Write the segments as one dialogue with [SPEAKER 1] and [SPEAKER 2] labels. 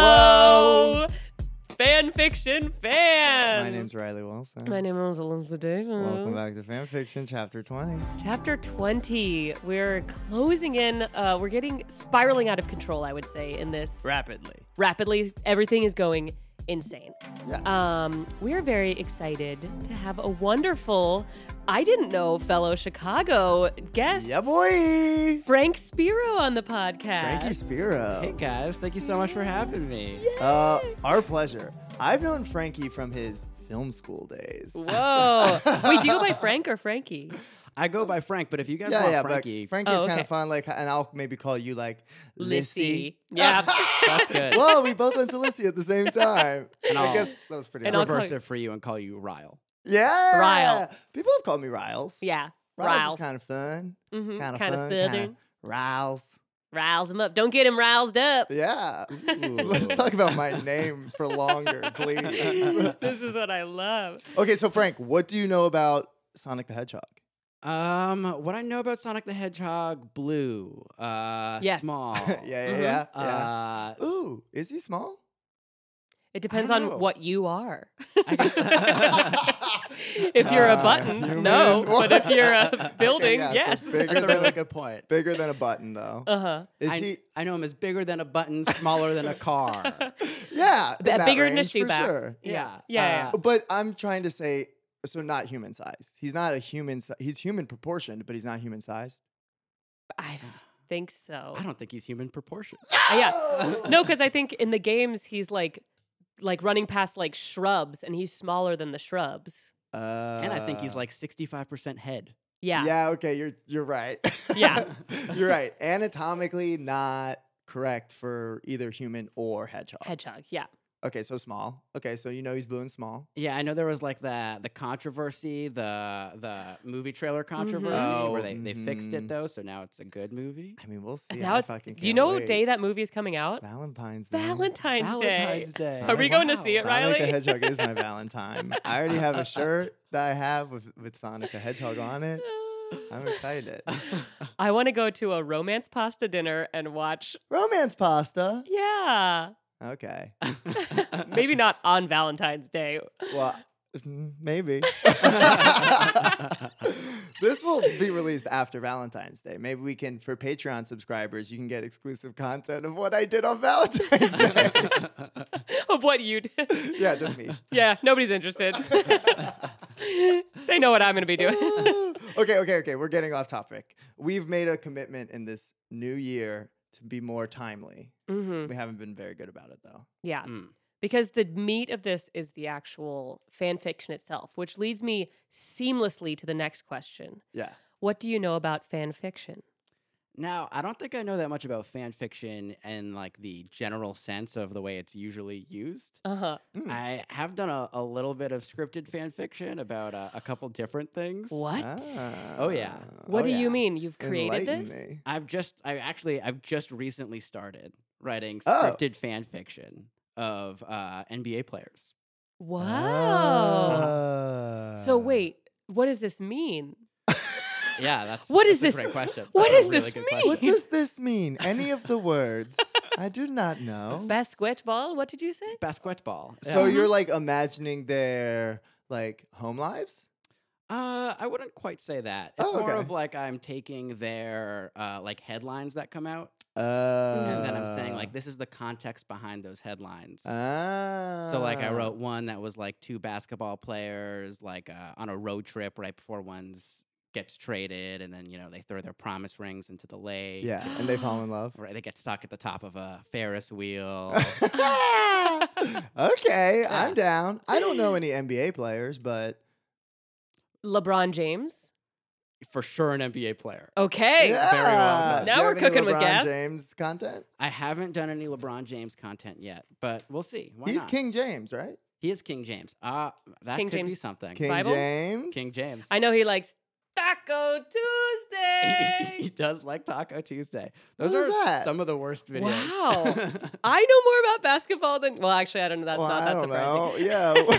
[SPEAKER 1] Hello, fan fiction fans.
[SPEAKER 2] My name's Riley Wilson.
[SPEAKER 1] My name is Alonzo Davis.
[SPEAKER 2] Welcome back to Fanfiction, Chapter 20.
[SPEAKER 1] Chapter 20. We're closing in. Uh, we're getting spiraling out of control, I would say, in this.
[SPEAKER 2] Rapidly.
[SPEAKER 1] Rapidly, everything is going insane.
[SPEAKER 2] Yeah.
[SPEAKER 1] Um, we're very excited to have a wonderful, I didn't know, fellow Chicago guest,
[SPEAKER 2] Yeah, boy!
[SPEAKER 1] Frank Spiro, on the podcast.
[SPEAKER 2] Frankie Spiro.
[SPEAKER 3] Hey guys, thank you so much for having me.
[SPEAKER 2] Uh, our pleasure. I've known Frankie from his film school days.
[SPEAKER 1] Whoa. Wait, do you go by Frank or Frankie?
[SPEAKER 3] I go by Frank, but if you guys
[SPEAKER 2] Yeah,
[SPEAKER 3] want
[SPEAKER 2] yeah,
[SPEAKER 3] Frankie,
[SPEAKER 2] but Frankie's
[SPEAKER 1] Oh,
[SPEAKER 2] kind
[SPEAKER 1] okay.
[SPEAKER 2] of fun. Like, and I'll maybe call you like Lissy.
[SPEAKER 1] Yeah.
[SPEAKER 3] that's good.
[SPEAKER 2] Well, we both went to Lissy at the same time.
[SPEAKER 3] And
[SPEAKER 2] I
[SPEAKER 3] I'll-
[SPEAKER 2] guess that was pretty.
[SPEAKER 1] and
[SPEAKER 3] I'll
[SPEAKER 1] I'll
[SPEAKER 2] rough.
[SPEAKER 1] call
[SPEAKER 3] reverse
[SPEAKER 1] you-
[SPEAKER 3] it for you and call you Ryle.
[SPEAKER 2] yeah,
[SPEAKER 1] Ryle.
[SPEAKER 2] People have called me Riles.
[SPEAKER 1] yeah.
[SPEAKER 2] Riles,
[SPEAKER 1] Riles.
[SPEAKER 2] is kind of fun.
[SPEAKER 1] Mhm.
[SPEAKER 2] Kind of
[SPEAKER 1] Kinda
[SPEAKER 2] fun.
[SPEAKER 1] southern.
[SPEAKER 2] Kind of Riles.
[SPEAKER 1] Rouse him up. Don't get him roused up.
[SPEAKER 2] Yeah.
[SPEAKER 3] Ooh.
[SPEAKER 2] Let's talk about my name for longer, please.
[SPEAKER 1] this is what I love.
[SPEAKER 2] okay, so Frank, what do you know about Sonic the Hedgehog?
[SPEAKER 3] Um, what I know about Sonic the Hedgehog, blue, uh,
[SPEAKER 1] Yes.
[SPEAKER 3] small.
[SPEAKER 2] yeah, yeah,
[SPEAKER 1] Mhm.
[SPEAKER 2] yeah, yeah.
[SPEAKER 3] Uh,
[SPEAKER 2] Mm-hmm. Ooh, is he small?
[SPEAKER 1] It depends
[SPEAKER 3] don't
[SPEAKER 1] on
[SPEAKER 3] know.
[SPEAKER 1] what you are.
[SPEAKER 3] I guess-
[SPEAKER 1] if you're a
[SPEAKER 2] Uh,
[SPEAKER 1] button,
[SPEAKER 2] you
[SPEAKER 1] no.
[SPEAKER 2] mean-
[SPEAKER 1] But if you're a
[SPEAKER 3] Okay,
[SPEAKER 1] building,
[SPEAKER 2] yeah,
[SPEAKER 1] yes.
[SPEAKER 2] so big-
[SPEAKER 3] that's a really good point.
[SPEAKER 2] Bigger than a button, though.
[SPEAKER 1] Uh huh.
[SPEAKER 2] Is
[SPEAKER 3] I,
[SPEAKER 2] he?
[SPEAKER 3] I know him as bigger than a button, smaller than a
[SPEAKER 1] uh-huh.
[SPEAKER 3] car.
[SPEAKER 2] Yeah, in
[SPEAKER 1] B-
[SPEAKER 2] that
[SPEAKER 1] bigger than a
[SPEAKER 2] range, for
[SPEAKER 1] shoebox.
[SPEAKER 2] Sure.
[SPEAKER 3] Yeah,
[SPEAKER 1] Yeah,
[SPEAKER 3] uh,
[SPEAKER 2] But I'm trying to say, so not human sized. He's not a human. si- He's human proportioned, but he's not human sized.
[SPEAKER 1] I think so.
[SPEAKER 3] Uh, I don't think he's human proportioned.
[SPEAKER 1] Uh,
[SPEAKER 2] Oh!
[SPEAKER 1] yeah. No, because I think in the games he's like, like running past like shrubs, and he's smaller than the shrubs.
[SPEAKER 2] Uh,
[SPEAKER 3] and I think he's like 65% head.
[SPEAKER 1] Yeah.
[SPEAKER 2] Yeah. Okay. You're you're right.
[SPEAKER 1] Yeah.
[SPEAKER 2] you're right. Anatomically not correct for either human or hedgehog.
[SPEAKER 1] Hedgehog. Yeah.
[SPEAKER 2] okay. So small. Okay. So you know he's blue and small.
[SPEAKER 3] Yeah, I know there was like the the controversy, the the movie trailer
[SPEAKER 1] Mm-hmm.
[SPEAKER 3] controversy
[SPEAKER 2] Oh,
[SPEAKER 3] where they, they fixed
[SPEAKER 2] mhm.
[SPEAKER 3] it though, so now it's a good movie.
[SPEAKER 2] I mean, we'll see.
[SPEAKER 1] And now
[SPEAKER 2] I
[SPEAKER 1] it's.
[SPEAKER 2] fucking
[SPEAKER 1] Do you
[SPEAKER 2] can't
[SPEAKER 1] know what
[SPEAKER 2] wait.
[SPEAKER 1] day that movie is coming out?
[SPEAKER 2] Valentine's Day.
[SPEAKER 1] Valentine's,
[SPEAKER 3] Valentine's Day.
[SPEAKER 2] Are we
[SPEAKER 1] going to see it,
[SPEAKER 2] Sonic the
[SPEAKER 1] Riley?
[SPEAKER 2] Hedgehog is my Valentine. I already have a shirt that I have with, with Sonic the Hedgehog on it.
[SPEAKER 1] Day.
[SPEAKER 2] I'm excited.
[SPEAKER 1] I want to go to a romance pasta dinner and watch.
[SPEAKER 2] Romance pasta.
[SPEAKER 1] Yeah.
[SPEAKER 2] Okay.
[SPEAKER 3] Right?
[SPEAKER 1] Maybe not on Valentine's Day.
[SPEAKER 2] Well, mm, maybe. this will be released after Valentine's Day. Maybe we can, for Patreon subscribers, you can get exclusive content of what I did on Valentine's Day.
[SPEAKER 1] of what you did.
[SPEAKER 2] yeah, just me.
[SPEAKER 1] yeah, nobody's interested. they know what I'm going to be doing.
[SPEAKER 2] okay, okay, okay. We're getting off topic. We've made a commitment in this new year to be more timely.
[SPEAKER 1] hmm
[SPEAKER 2] We haven't been very good about it though.
[SPEAKER 1] Yeah.
[SPEAKER 3] Mm.
[SPEAKER 1] Because the meat of this is the actual fan fiction itself, which leads me seamlessly to the next question.
[SPEAKER 2] Yeah.
[SPEAKER 1] What do you know about fan fiction?
[SPEAKER 3] now, I don't think I know that much about fan fiction and like the general sense of the way it's usually used.
[SPEAKER 1] Uh huh.
[SPEAKER 2] Mm.
[SPEAKER 3] I have done a, a little bit of scripted fan fiction about uh, a couple different things.
[SPEAKER 1] What?
[SPEAKER 3] Oh, yeah.
[SPEAKER 1] what
[SPEAKER 3] oh,
[SPEAKER 1] do
[SPEAKER 3] yeah.
[SPEAKER 1] you mean? You've created
[SPEAKER 2] Ah. Enlighten
[SPEAKER 1] this?
[SPEAKER 2] me.
[SPEAKER 3] I've just I actually I've just recently started writing
[SPEAKER 2] Oh.
[SPEAKER 3] scripted fan fiction of uh, NBA players.
[SPEAKER 1] Wow. So
[SPEAKER 2] Uh,
[SPEAKER 1] wait, what does this mean?
[SPEAKER 3] Yeah, that's
[SPEAKER 1] What is
[SPEAKER 3] that's
[SPEAKER 1] this-
[SPEAKER 3] A great question.
[SPEAKER 1] what
[SPEAKER 3] That's a
[SPEAKER 1] does this
[SPEAKER 3] good
[SPEAKER 1] mean?
[SPEAKER 2] What does this mean? Any of the words? I do not know.
[SPEAKER 1] Basketball? What did you say?
[SPEAKER 3] basketball?
[SPEAKER 2] So
[SPEAKER 3] Yeah.
[SPEAKER 2] you're like imagining their like home lives?
[SPEAKER 3] Uh, I wouldn't quite say that. It's
[SPEAKER 2] Oh,
[SPEAKER 3] more
[SPEAKER 2] okay.
[SPEAKER 3] of like I'm taking their uh, like headlines that come out,
[SPEAKER 2] Uh,
[SPEAKER 3] and then I'm saying like this is the context behind those headlines.
[SPEAKER 2] Ah.
[SPEAKER 3] so like I wrote one that was like two basketball players like uh, on a road trip right before one's gets traded, and then you know they throw their promise rings into the lake.
[SPEAKER 2] Yeah, and they fall in love.
[SPEAKER 3] Right, they get stuck at the top of a Ferris wheel.
[SPEAKER 1] Oh.
[SPEAKER 2] okay, I'm
[SPEAKER 3] Yeah.
[SPEAKER 2] down. I don't know any NBA players, but
[SPEAKER 1] LeBron James.
[SPEAKER 3] For sure, an NBA player.
[SPEAKER 1] Okay.
[SPEAKER 2] yeah.
[SPEAKER 3] very well done.
[SPEAKER 2] Do
[SPEAKER 1] Now
[SPEAKER 2] you
[SPEAKER 1] we're
[SPEAKER 2] have any
[SPEAKER 1] cooking with
[SPEAKER 2] LeBron
[SPEAKER 1] gas.
[SPEAKER 2] James content.
[SPEAKER 3] I haven't done any LeBron James content yet, but we'll see. Why
[SPEAKER 2] He's
[SPEAKER 3] not?
[SPEAKER 2] King James, right?
[SPEAKER 3] He is King James. Ah, that
[SPEAKER 1] King
[SPEAKER 3] could be
[SPEAKER 1] James.
[SPEAKER 3] something.
[SPEAKER 2] King
[SPEAKER 1] Bible?
[SPEAKER 2] James.
[SPEAKER 3] King James.
[SPEAKER 1] I know he likes Taco
[SPEAKER 3] he,
[SPEAKER 1] Tuesday.
[SPEAKER 3] does like Taco Tuesday. Those
[SPEAKER 2] What
[SPEAKER 3] are
[SPEAKER 2] is that?
[SPEAKER 3] some of the worst videos.
[SPEAKER 1] Wow. Uh, I know more about basketball than well, actually, I don't know. That's
[SPEAKER 2] well,
[SPEAKER 1] not
[SPEAKER 2] I
[SPEAKER 1] that
[SPEAKER 2] don't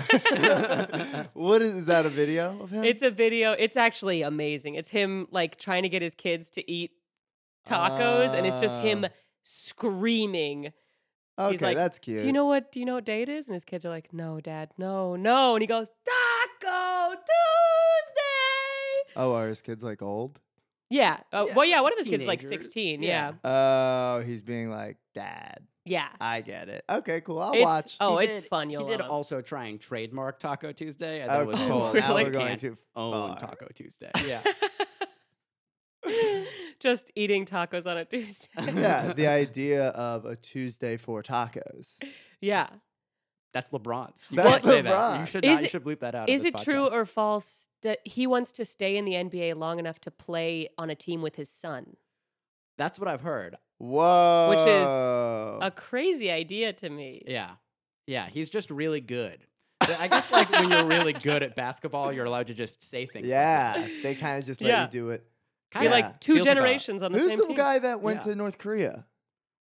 [SPEAKER 1] surprising.
[SPEAKER 2] know. Yeah. what is, is that a video of him?
[SPEAKER 1] It's a video. It's actually amazing. It's him like trying to get his kids to eat tacos, and it's just him
[SPEAKER 2] Ah.
[SPEAKER 1] screaming
[SPEAKER 2] Oh. Okay,
[SPEAKER 1] like,
[SPEAKER 2] that's cute.
[SPEAKER 1] Do you know what? Do you know what day it is? And his kids are like, "No, Dad, no, no." And he goes, "Taco Tuesday."
[SPEAKER 2] Oh, are his kids like old?
[SPEAKER 1] Yeah. Oh,
[SPEAKER 3] Yeah,
[SPEAKER 1] well, yeah. One of his kids is like
[SPEAKER 3] teenagers.
[SPEAKER 1] sixteen.
[SPEAKER 3] Yeah.
[SPEAKER 1] Yeah.
[SPEAKER 2] Oh, he's being like, Dad,
[SPEAKER 1] Yeah.
[SPEAKER 2] I get it. Okay, cool. I'll
[SPEAKER 1] It's-
[SPEAKER 2] watch.
[SPEAKER 1] Oh,
[SPEAKER 3] He
[SPEAKER 1] it's fun,
[SPEAKER 3] He
[SPEAKER 1] you'll
[SPEAKER 3] did
[SPEAKER 1] love.
[SPEAKER 3] also try and trademark Taco Tuesday. I thought
[SPEAKER 2] okay,
[SPEAKER 3] it was
[SPEAKER 1] really?
[SPEAKER 3] cool.
[SPEAKER 2] Oh, now
[SPEAKER 3] Now
[SPEAKER 2] we're
[SPEAKER 3] we
[SPEAKER 2] going
[SPEAKER 3] can't
[SPEAKER 2] to
[SPEAKER 3] own
[SPEAKER 2] far.
[SPEAKER 3] Taco Tuesday.
[SPEAKER 2] Yeah.
[SPEAKER 1] Just eating tacos on a Tuesday.
[SPEAKER 2] yeah, the idea of a Tuesday for tacos.
[SPEAKER 1] yeah.
[SPEAKER 3] That's LeBron's. You
[SPEAKER 2] That's
[SPEAKER 3] can't say that. You
[SPEAKER 2] LeBron's.
[SPEAKER 3] should
[SPEAKER 1] Is
[SPEAKER 3] not. You
[SPEAKER 1] it-
[SPEAKER 3] should bleep that out. of
[SPEAKER 1] Is
[SPEAKER 3] this
[SPEAKER 1] it true
[SPEAKER 3] podcast.
[SPEAKER 1] or false that he wants to stay in the NBA long enough to play on a team with his son?
[SPEAKER 3] That's what I've heard.
[SPEAKER 2] Whoa.
[SPEAKER 1] A crazy idea to me.
[SPEAKER 3] Oh. Yeah. Yeah. He's just really good. Th- I guess like when you're really good at basketball, you're allowed to just say things. like that.
[SPEAKER 2] Yeah, they kind of just let
[SPEAKER 1] Yeah.
[SPEAKER 2] you do it.
[SPEAKER 1] Be
[SPEAKER 3] Kinda
[SPEAKER 1] like two
[SPEAKER 3] feels a-
[SPEAKER 1] generations on the
[SPEAKER 2] Who's
[SPEAKER 1] same
[SPEAKER 2] the
[SPEAKER 1] team.
[SPEAKER 2] guy that went
[SPEAKER 3] Yeah.
[SPEAKER 2] to North Korea?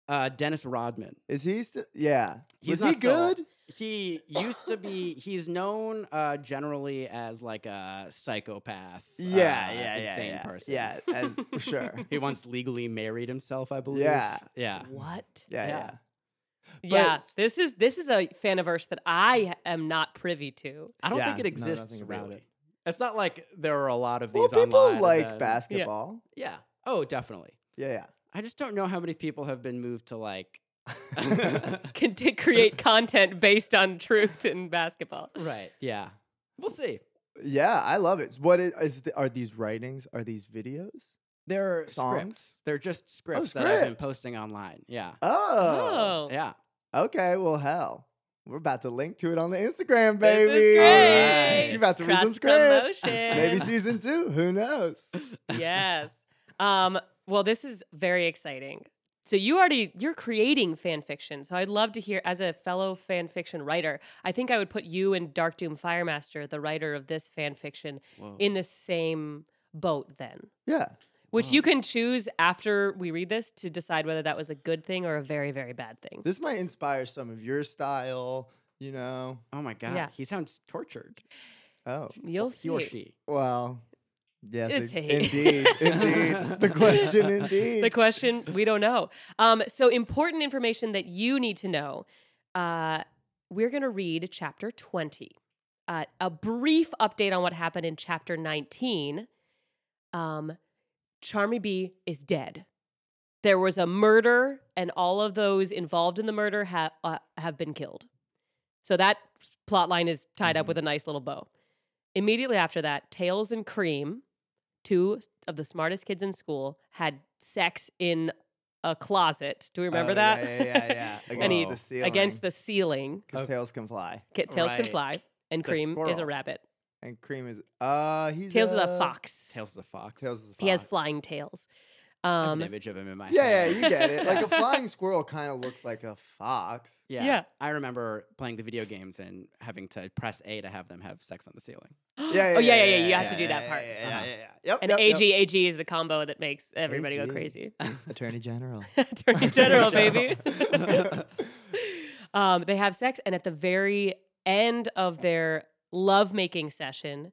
[SPEAKER 3] uh, Dennis Rodman.
[SPEAKER 2] Is he still? Yeah.
[SPEAKER 3] He's Uh,
[SPEAKER 2] Was he
[SPEAKER 3] not still-
[SPEAKER 2] good?
[SPEAKER 3] He used to be. He's known uh, generally as like a psychopath.
[SPEAKER 2] yeah,
[SPEAKER 3] uh,
[SPEAKER 2] yeah, yeah,
[SPEAKER 3] insane
[SPEAKER 2] yeah.
[SPEAKER 3] person.
[SPEAKER 2] Yeah, as, sure.
[SPEAKER 3] He once legally married himself, I believe.
[SPEAKER 2] Yeah.
[SPEAKER 3] Yeah.
[SPEAKER 1] What?
[SPEAKER 2] Yeah, yeah.
[SPEAKER 3] Yeah.
[SPEAKER 1] yeah, this is this is a faniverse that I am not privy to.
[SPEAKER 3] I don't
[SPEAKER 2] Yeah,
[SPEAKER 3] think it
[SPEAKER 2] know
[SPEAKER 3] exists
[SPEAKER 2] nothing about
[SPEAKER 3] really.
[SPEAKER 2] it.
[SPEAKER 3] It's not like there are a lot of these
[SPEAKER 2] Well, people
[SPEAKER 3] online
[SPEAKER 2] like
[SPEAKER 3] that-
[SPEAKER 2] basketball.
[SPEAKER 3] Yeah. Oh, definitely.
[SPEAKER 2] Yeah,
[SPEAKER 3] I just don't know how many people have been moved to like
[SPEAKER 2] yeah.
[SPEAKER 1] Can t- create content based on truth in basketball.
[SPEAKER 3] right. Yeah. We'll see.
[SPEAKER 2] yeah, I love it. What is, is the, are these writings? Are these videos?
[SPEAKER 3] They're
[SPEAKER 2] Songs?
[SPEAKER 3] scripts. They're just scripts,
[SPEAKER 1] Oh,
[SPEAKER 3] that I've been
[SPEAKER 2] scripts.
[SPEAKER 3] posting online. Yeah.
[SPEAKER 2] Oh.
[SPEAKER 3] Yeah.
[SPEAKER 2] Okay, well, hell. We're about to link to it on the Instagram,
[SPEAKER 1] This is
[SPEAKER 2] baby.
[SPEAKER 1] great.
[SPEAKER 2] You're about to read some
[SPEAKER 1] Cross-promotion.
[SPEAKER 2] scripts. Maybe season two. Who knows?
[SPEAKER 1] yes. Um, well, this is very exciting. So you already you're creating fan fiction. So I'd love to hear as a fellow fan fiction writer. I think I would put you and Dark Doom Firemaster, the writer of this fan fiction,
[SPEAKER 3] Whoa.
[SPEAKER 1] in the same boat then.
[SPEAKER 2] Yeah.
[SPEAKER 1] Which
[SPEAKER 3] Wow.
[SPEAKER 1] you can choose after we read this to decide whether that was a good thing or a very, very bad thing.
[SPEAKER 2] This might inspire some of your style, you know.
[SPEAKER 3] oh my god.
[SPEAKER 1] Yeah.
[SPEAKER 3] He sounds tortured.
[SPEAKER 2] Oh,
[SPEAKER 1] You'll
[SPEAKER 3] He or
[SPEAKER 1] see.
[SPEAKER 3] she.
[SPEAKER 2] well. Yes,
[SPEAKER 1] It's
[SPEAKER 2] i-
[SPEAKER 1] hate.
[SPEAKER 2] indeed. Indeed. the question, indeed.
[SPEAKER 1] The question we don't know. Um, so important information that you need to know. Uh, we're going to read chapter twenty. Uh, a brief update on what happened in chapter nineteen. Um, Charmy B is dead. There was a murder, and all of those involved in the murder have uh, have been killed. So that plot line is tied up with a nice little bow. Immediately after that, Tails and Cream, two of the smartest kids in school, had sex in a closet. Do we remember
[SPEAKER 2] Oh,
[SPEAKER 1] that?
[SPEAKER 2] Yeah, yeah, yeah. yeah.
[SPEAKER 1] And he-
[SPEAKER 2] Against the ceiling.
[SPEAKER 1] Against the ceiling.
[SPEAKER 2] Because tails can fly.
[SPEAKER 1] Ca- Tails can
[SPEAKER 3] Right.
[SPEAKER 1] fly, and
[SPEAKER 3] The
[SPEAKER 1] Cream is a
[SPEAKER 3] squirrel.
[SPEAKER 1] rabbit.
[SPEAKER 2] And Cream is. Uh, he's.
[SPEAKER 1] Tails is a
[SPEAKER 2] uh,
[SPEAKER 1] fox.
[SPEAKER 3] Tails is a fox.
[SPEAKER 2] Tails is a fox.
[SPEAKER 1] He has flying tails.
[SPEAKER 3] I have
[SPEAKER 1] Um,
[SPEAKER 3] an image of him in my
[SPEAKER 2] Yeah, yeah,
[SPEAKER 3] head.
[SPEAKER 2] you get it. Like a flying squirrel kind of looks like a fox.
[SPEAKER 3] Yeah.
[SPEAKER 1] Yeah.
[SPEAKER 3] I remember playing the video games and having to press A to have them have sex on the ceiling.
[SPEAKER 1] oh, yeah, yeah, yeah. You have to do that part.
[SPEAKER 2] Yeah, yeah,
[SPEAKER 3] Uh-huh.
[SPEAKER 2] yeah, yeah. Yep,
[SPEAKER 1] And
[SPEAKER 2] yep, yep.
[SPEAKER 1] AG, AG is the combo that makes everybody
[SPEAKER 2] AG.
[SPEAKER 1] go crazy.
[SPEAKER 2] Attorney General.
[SPEAKER 1] Attorney General, baby.
[SPEAKER 2] General.
[SPEAKER 1] um, they have sex, and at the very end of their lovemaking session,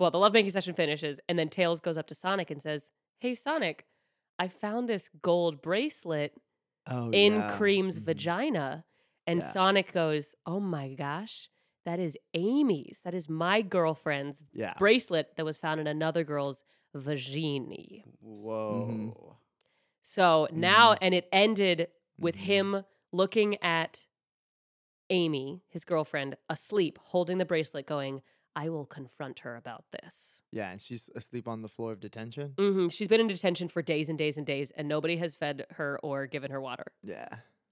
[SPEAKER 1] well, the lovemaking session finishes, and then Tails goes up to Sonic and says, Hey, Sonic, I found this gold bracelet
[SPEAKER 2] oh,
[SPEAKER 1] in
[SPEAKER 2] yeah.
[SPEAKER 1] Cream's
[SPEAKER 2] Mhm.
[SPEAKER 1] vagina. And
[SPEAKER 2] Yeah.
[SPEAKER 1] Sonic goes, Oh my gosh, that is Amy's. That is my girlfriend's
[SPEAKER 2] Yeah.
[SPEAKER 1] bracelet that was found in another girl's vagina.
[SPEAKER 2] Mm-hmm.
[SPEAKER 3] Whoa.
[SPEAKER 1] So now,
[SPEAKER 2] Mhm.
[SPEAKER 1] and it ended with
[SPEAKER 2] Mhm.
[SPEAKER 1] him looking at Amy, his girlfriend, asleep, holding the bracelet, going, I will confront her about this.
[SPEAKER 2] Yeah, and she's asleep on the floor of detention.
[SPEAKER 1] hmm She's been in detention for days and days and days, and nobody has fed her or given her water.
[SPEAKER 2] Yeah.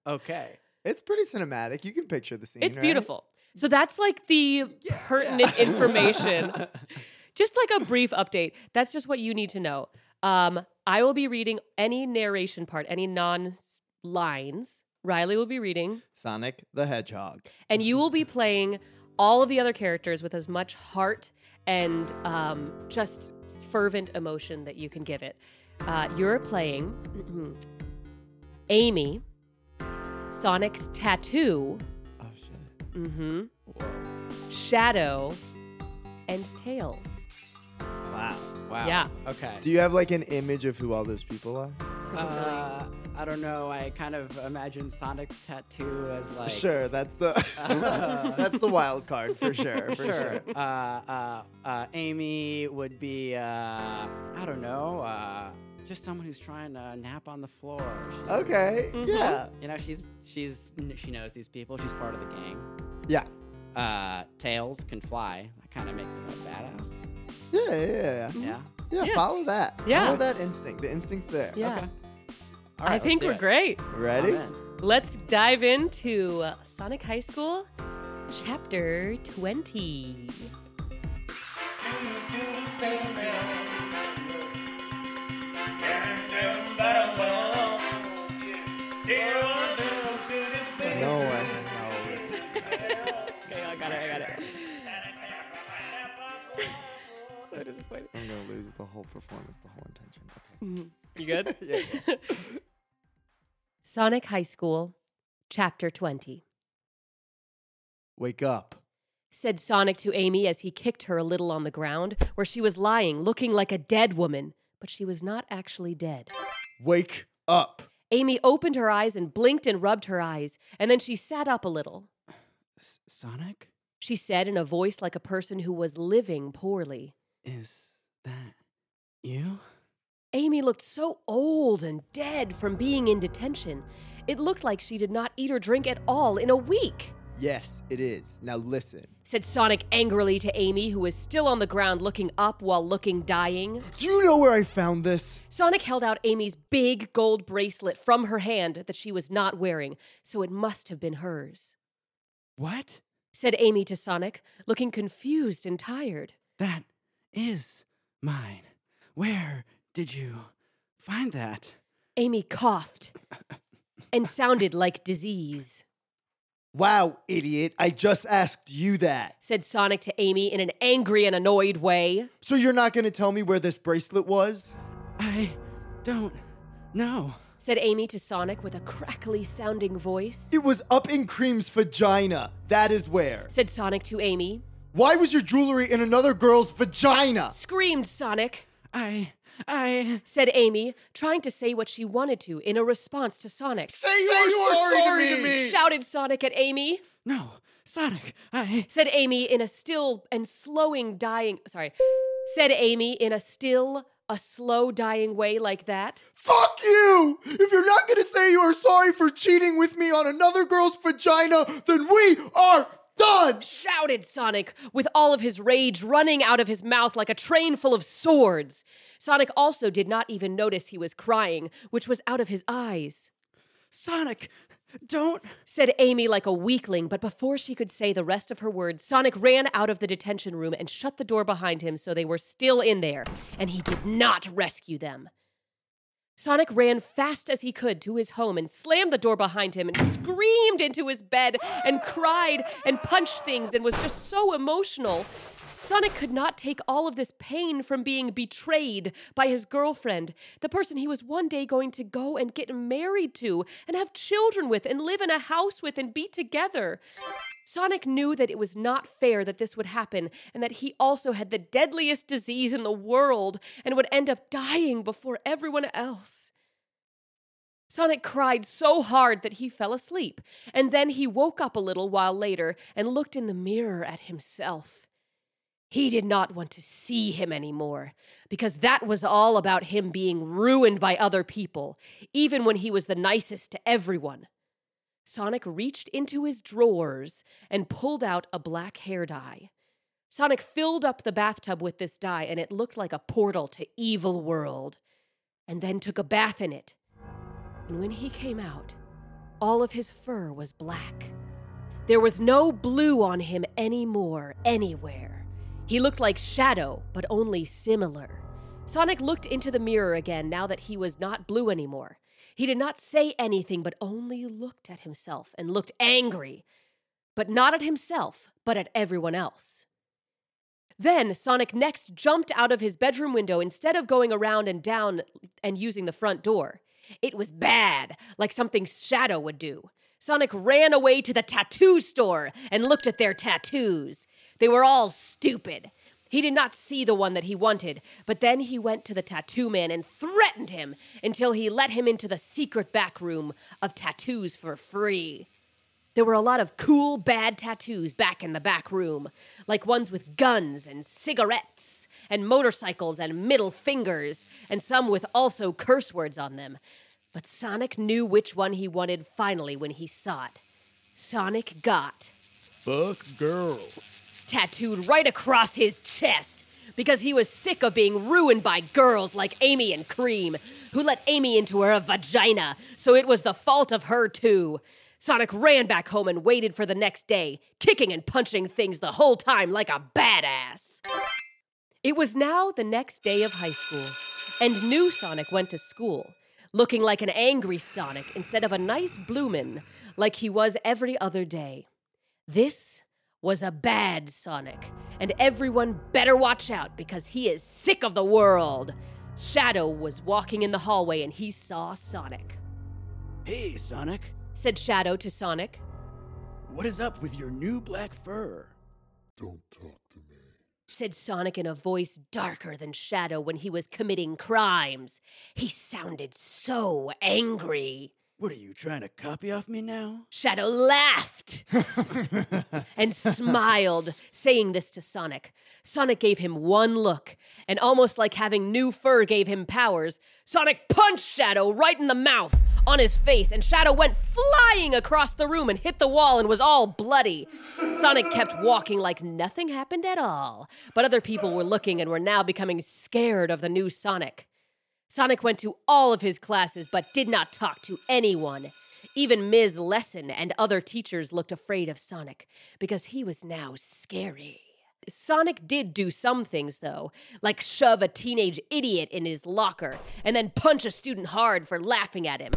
[SPEAKER 3] Okay.
[SPEAKER 2] It's pretty cinematic. You can picture the scene.
[SPEAKER 1] It's
[SPEAKER 2] right?
[SPEAKER 1] beautiful. So that's like the pertinent information. just like a brief update. That's just what you need to know. Um, I will be reading any narration part, any non s- lines. Riley will be reading,
[SPEAKER 2] Sonic the Hedgehog.
[SPEAKER 1] and you will be playing all of the other characters with as much heart and um, just fervent emotion that you can give it. Uh, you're playing Amy, Sonic's tattoo,
[SPEAKER 2] Oh shit.
[SPEAKER 1] hmm Shadow, and Tails.
[SPEAKER 2] Wow.
[SPEAKER 3] Wow.
[SPEAKER 1] Yeah.
[SPEAKER 3] Okay.
[SPEAKER 2] Do you have like an image of who all those people are?
[SPEAKER 3] Uh, I don't know. I kind of imagine Sonic's tattoo as like
[SPEAKER 4] sure, that's the that's the wild card for sure. For sure.
[SPEAKER 3] sure. uh, uh, uh, Amy would be, uh, I don't know, uh, just someone who's trying to nap on the floor. She-
[SPEAKER 4] Okay.
[SPEAKER 1] Mhm.
[SPEAKER 4] Yeah.
[SPEAKER 3] You know, she's she's she knows these people. She's part of the gang.
[SPEAKER 4] Yeah.
[SPEAKER 3] Uh, Tails can fly. That kind of makes him a badass.
[SPEAKER 4] Yeah. Yeah. Yeah.
[SPEAKER 1] Mm-hmm.
[SPEAKER 4] yeah.
[SPEAKER 3] Yeah.
[SPEAKER 4] Yeah,
[SPEAKER 1] Yeah.
[SPEAKER 4] follow that.
[SPEAKER 1] Yeah.
[SPEAKER 4] Follow that instinct. The instinct's there.
[SPEAKER 1] Yeah.
[SPEAKER 3] Okay. All
[SPEAKER 1] I
[SPEAKER 3] right,
[SPEAKER 1] think we're
[SPEAKER 3] let's do it.
[SPEAKER 1] great.
[SPEAKER 4] Ready?
[SPEAKER 3] I'm in.
[SPEAKER 1] Let's dive into uh, Sonic High School, Chapter 20.
[SPEAKER 4] No way.
[SPEAKER 1] Okay, I got it, I got it. so disappointed.
[SPEAKER 4] I'm gonna lose the whole performance, the whole intention. Okay.
[SPEAKER 1] You good?
[SPEAKER 4] Yeah.
[SPEAKER 1] Sonic High School, Chapter 20.
[SPEAKER 4] Wake up.
[SPEAKER 1] said Sonic to Amy as he kicked her a little on the ground, where she was lying, looking like a dead woman. But she was not actually dead.
[SPEAKER 4] Wake up.
[SPEAKER 1] Amy opened her eyes and blinked and rubbed her eyes, and then she sat up a little.
[SPEAKER 3] S- Sonic
[SPEAKER 1] She said in a voice like a person who was living poorly.
[SPEAKER 3] is that you?
[SPEAKER 1] Amy looked so old and dead from being in detention. It looked like she did not eat or drink at all in a week,
[SPEAKER 4] Yes, it is. Now listen.
[SPEAKER 1] said Sonic angrily to Amy, who was still on the ground looking up while looking dying.
[SPEAKER 4] Do you know where I found this?
[SPEAKER 1] Sonic held out Amy's big gold bracelet from her hand that she was not wearing, so it must have been hers.
[SPEAKER 3] What?
[SPEAKER 1] Said Amy to Sonic, looking confused and tired.
[SPEAKER 3] That is mine. Where did you find that?
[SPEAKER 1] Amy coughed and sounded like disease.
[SPEAKER 4] Wow, idiot. I just asked you that.
[SPEAKER 1] Said Sonic to Amy in an angry and annoyed way.
[SPEAKER 4] So you're not gonna tell me where this bracelet was?
[SPEAKER 3] I don't know.
[SPEAKER 1] Said Amy to Sonic with a crackly sounding voice.
[SPEAKER 4] It was up in Cream's vagina. That is where.
[SPEAKER 1] Said Sonic to Amy.
[SPEAKER 4] Why was your jewelry in another girl's vagina?
[SPEAKER 1] Screamed Sonic.
[SPEAKER 3] I I
[SPEAKER 1] Said Amy, trying to say what she wanted to in a response to Sonic.
[SPEAKER 4] Say, you are sorry, to me.
[SPEAKER 1] Shouted Sonic at Amy.
[SPEAKER 3] no Sonic. I
[SPEAKER 1] said Amy in a still and slowing dying sorry said Amy in a still a slow dying way like that
[SPEAKER 4] Fuck you! If you're not gonna say you are sorry for cheating with me on another girl's vagina, then we are done!
[SPEAKER 1] shouted Sonic with all of his rage running out of his mouth like a train full of swords Sonic also did not even notice he was crying which was out of his eyes
[SPEAKER 3] Sonic. Don't.
[SPEAKER 1] said Amy like a weakling but before she could say the rest of her words Sonic ran out of the detention room and shut the door behind him so they were still in there and he did not rescue them Sonic ran fast as he could to his home and slammed the door behind him and screamed into his bed and cried and punched things and was just so emotional. Sonic could not take all of this pain from being betrayed by his girlfriend, the person he was one day going to go and get married to and have children with and live in a house with and be together. Sonic knew that it was not fair that this would happen and that he also had the deadliest disease in the world and would end up dying before everyone else. Sonic cried so hard that he fell asleep, and then he woke up a little while later and looked in the mirror at himself. He did not want to see him anymore, because that was all about him being ruined by other people, even when he was the nicest to everyone. Sonic reached into his drawers and pulled out a black hair dye. Sonic filled up the bathtub with this dye, and it looked like a portal to evil world, and then took a bath in it. And when he came out, all of his fur was black. There was no blue on him anymore, anywhere. He looked like Shadow, but only similar. Sonic looked into the mirror again now that he was not blue anymore. He did not say anything, but only looked at himself and looked angry. But not at himself, but at everyone else. Then Sonic next jumped out of his bedroom window instead of going around and down and using the front door. It was bad, like something Shadow would do. Sonic ran away to the tattoo store and looked at their tattoos. They were all stupid. He did not see the one that he wanted, but then he went to the tattoo man and threatened him until he let him into the secret back room of tattoos for free. There were a lot of cool, bad tattoos back in the back room, like ones with guns and cigarettes and motorcycles and middle fingers, and some with also curse words on them. But Sonic knew which one he wanted finally when he saw it. Sonic got
[SPEAKER 5] Fuck girl.
[SPEAKER 1] tattooed right across his chest because he was sick of being ruined by girls like Amy and Cream, who let Amy into her vagina, so it was the fault of her, too. Sonic ran back home and waited for the next day, kicking and punching things the whole time like a badass. It was now the next day of high school, and new Sonic went to school, looking like an angry Sonic instead of a nice bloomin' like he was every other day. This was a bad Sonic, and everyone better watch out because he is sick of the world. Shadow was walking in the hallway and he saw Sonic.
[SPEAKER 5] Hey, Sonic.
[SPEAKER 1] Said Shadow to Sonic,
[SPEAKER 5] What is up with your new black fur?
[SPEAKER 6] Don't talk to me.
[SPEAKER 1] said Sonic in a voice darker than Shadow when he was committing crimes. He sounded so angry.
[SPEAKER 5] What are you trying to copy off me now?
[SPEAKER 1] Shadow laughed and smiled, saying this to Sonic. Sonic gave him one look, and almost like having new fur gave him powers, Sonic punched Shadow right in the mouth on his face, and Shadow went flying across the room and hit the wall and was all bloody. Sonic kept walking like nothing happened at all, but other people were looking and were now becoming scared of the new Sonic. Sonic went to all of his classes but did not talk to anyone. Even Ms. Lesson and other teachers looked afraid of Sonic because he was now scary. Sonic did do some things, though, like shove a teenage idiot in his locker and then punch a student hard for laughing at him.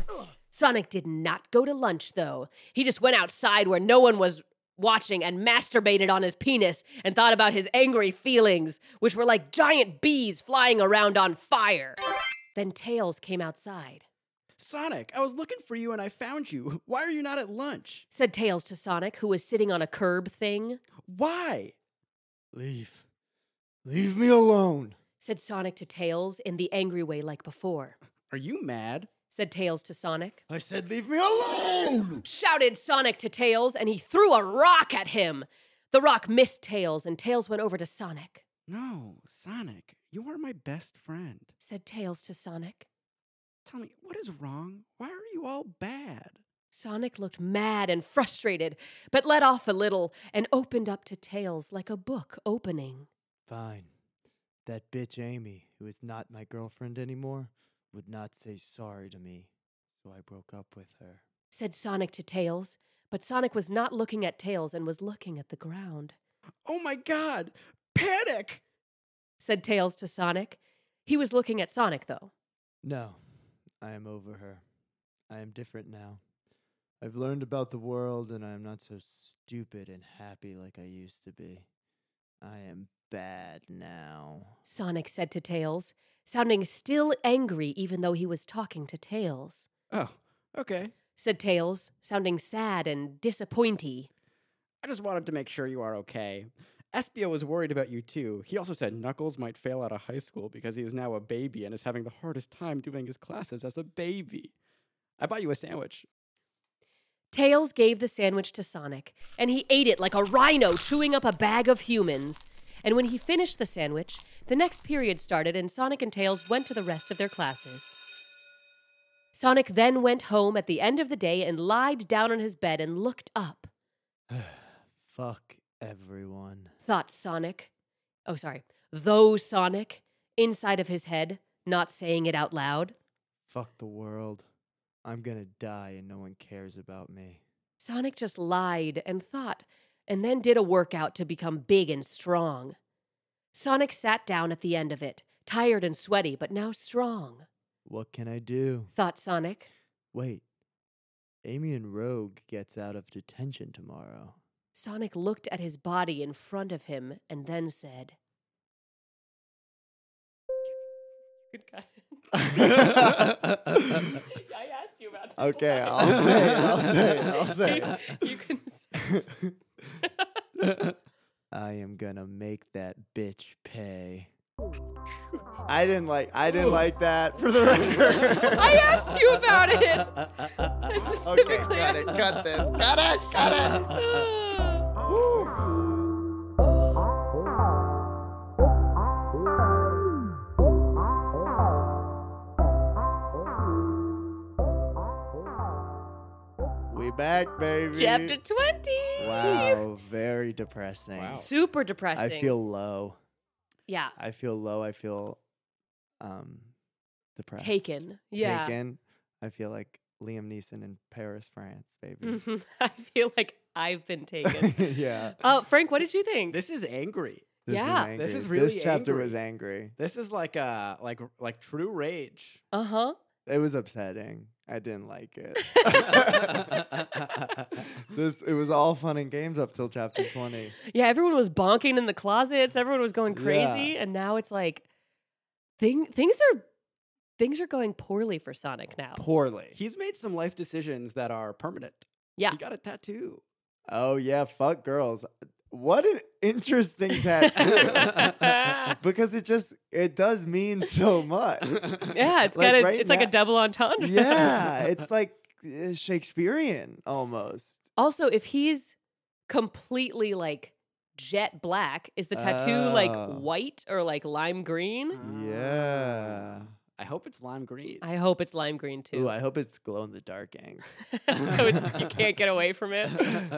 [SPEAKER 1] Sonic did not go to lunch, though. He just went outside where no one was watching and masturbated on his penis and thought about his angry feelings, which were like giant bees flying around on fire. Then Tails came outside.
[SPEAKER 3] Sonic, I was looking for you and I found you. Why are you not at lunch?
[SPEAKER 1] Said Tails to Sonic, who was sitting on a curb thing.
[SPEAKER 3] Why?
[SPEAKER 4] Leave. Leave me alone.
[SPEAKER 1] Said Sonic to Tails in the angry way like before.
[SPEAKER 3] Are you mad?
[SPEAKER 1] Said Tails to Sonic.
[SPEAKER 4] I said, leave me alone.
[SPEAKER 1] Shouted Sonic to Tails, and he threw a rock at him. The rock missed Tails, and Tails went over to Sonic.
[SPEAKER 3] No, Sonic, you are my best friend.
[SPEAKER 1] Said Tails to Sonic.
[SPEAKER 3] Tell me, what is wrong? Why are you all bad?
[SPEAKER 1] Sonic looked mad and frustrated, but let off a little and opened up to Tails like a book opening.
[SPEAKER 4] Fine. That bitch Amy, who is not my girlfriend anymore, would not say sorry to me, so I broke up with her.
[SPEAKER 1] Said Sonic to Tails, but Sonic was not looking at Tails and was looking at the ground.
[SPEAKER 3] Oh my god, panic!
[SPEAKER 1] Said Tails to Sonic. He was looking at Sonic, though.
[SPEAKER 4] No, I am over her. I am different now. I've learned about the world and I am not so stupid and happy like I used to be. I am bad now.
[SPEAKER 1] Sonic said to Tails, sounding still angry even though he was talking to Tails.
[SPEAKER 3] Oh, okay.
[SPEAKER 1] Said Tails, sounding sad and disappointy.
[SPEAKER 3] I just wanted to make sure you are okay. Espio was worried about you too. He also said Knuckles might fail out of high school because he is now a baby and is having the hardest time doing his classes as a baby. I bought you a sandwich.
[SPEAKER 1] Tails gave the sandwich to Sonic, and he ate it like a rhino chewing up a bag of humans. And when he finished the sandwich, the next period started, and Sonic and Tails went to the rest of their classes. Sonic then went home at the end of the day and lied down on his bed and looked up,
[SPEAKER 4] Fuck everyone.
[SPEAKER 1] thought Sonic. Oh, sorry, though Sonic, inside of his head, not saying it out loud.
[SPEAKER 4] Fuck the world. I'm gonna die and no one cares about me.
[SPEAKER 1] Sonic just lied and thought, and then did a workout to become big and strong. Sonic sat down at the end of it, tired and sweaty, but now strong,
[SPEAKER 4] What can I do?
[SPEAKER 1] thought Sonic,
[SPEAKER 4] Wait. Amy and Rogue gets out of detention tomorrow.
[SPEAKER 1] Sonic looked at his body in front of him and then said, Good God. I asked you about this.
[SPEAKER 4] Okay, I'll say it, I'll say it, I'll say
[SPEAKER 1] You can.
[SPEAKER 2] I am gonna make that bitch pay. I didn't like. I didn't like that. For the record.
[SPEAKER 1] I asked you about it. I specifically
[SPEAKER 2] okay, got it.
[SPEAKER 1] asked.
[SPEAKER 2] Cut this. Cut it. Cut it. We back, baby.
[SPEAKER 1] Chapter 20.
[SPEAKER 2] Wow, very depressing.
[SPEAKER 3] Wow.
[SPEAKER 1] Super depressing.
[SPEAKER 2] I feel low.
[SPEAKER 1] yeah,
[SPEAKER 2] I feel low. I feel um depressed.
[SPEAKER 1] taken. Yeah.
[SPEAKER 2] Taken. I feel like Liam Neeson in Paris, France, baby.
[SPEAKER 1] Mhm. I feel like I've been taken.
[SPEAKER 2] yeah.
[SPEAKER 1] uh, Frank, what did you think?
[SPEAKER 3] This is angry.
[SPEAKER 2] This
[SPEAKER 1] Yeah.
[SPEAKER 2] Is
[SPEAKER 3] This
[SPEAKER 2] angry.
[SPEAKER 3] is really
[SPEAKER 2] This chapter was angry.
[SPEAKER 3] This is like uh like like true rage.
[SPEAKER 1] uh huh.
[SPEAKER 2] It was upsetting. I didn't like it.
[SPEAKER 3] That's
[SPEAKER 2] this it was all fun and games up till chapter 20.
[SPEAKER 1] Yeah, everyone was bonking in the closets. Everyone was going
[SPEAKER 2] Yeah.
[SPEAKER 1] crazy, and now it's like thing things are things are going poorly for Sonic now.
[SPEAKER 2] Poorly.
[SPEAKER 3] He's made some life decisions that are permanent.
[SPEAKER 1] Yeah.
[SPEAKER 3] He got a tattoo.
[SPEAKER 2] Oh yeah, fuck girls. What an interesting tattoo. because it just it does mean so much.
[SPEAKER 1] yeah, it's
[SPEAKER 2] Like,
[SPEAKER 1] got a,
[SPEAKER 2] right
[SPEAKER 1] it's like a
[SPEAKER 2] now-
[SPEAKER 1] double entendre.
[SPEAKER 2] yeah, it's like uh, Shakespearean almost.
[SPEAKER 1] Also, if he's completely like jet black, is the tattoo like
[SPEAKER 2] Oh. Uh,
[SPEAKER 1] white or like lime green?
[SPEAKER 2] Yeah.
[SPEAKER 3] I hope it's lime green.
[SPEAKER 1] I hope it's lime green
[SPEAKER 2] Ooh,
[SPEAKER 1] too.
[SPEAKER 2] I hope it's glow in the dark ink.
[SPEAKER 1] so it's, you can't get away from it.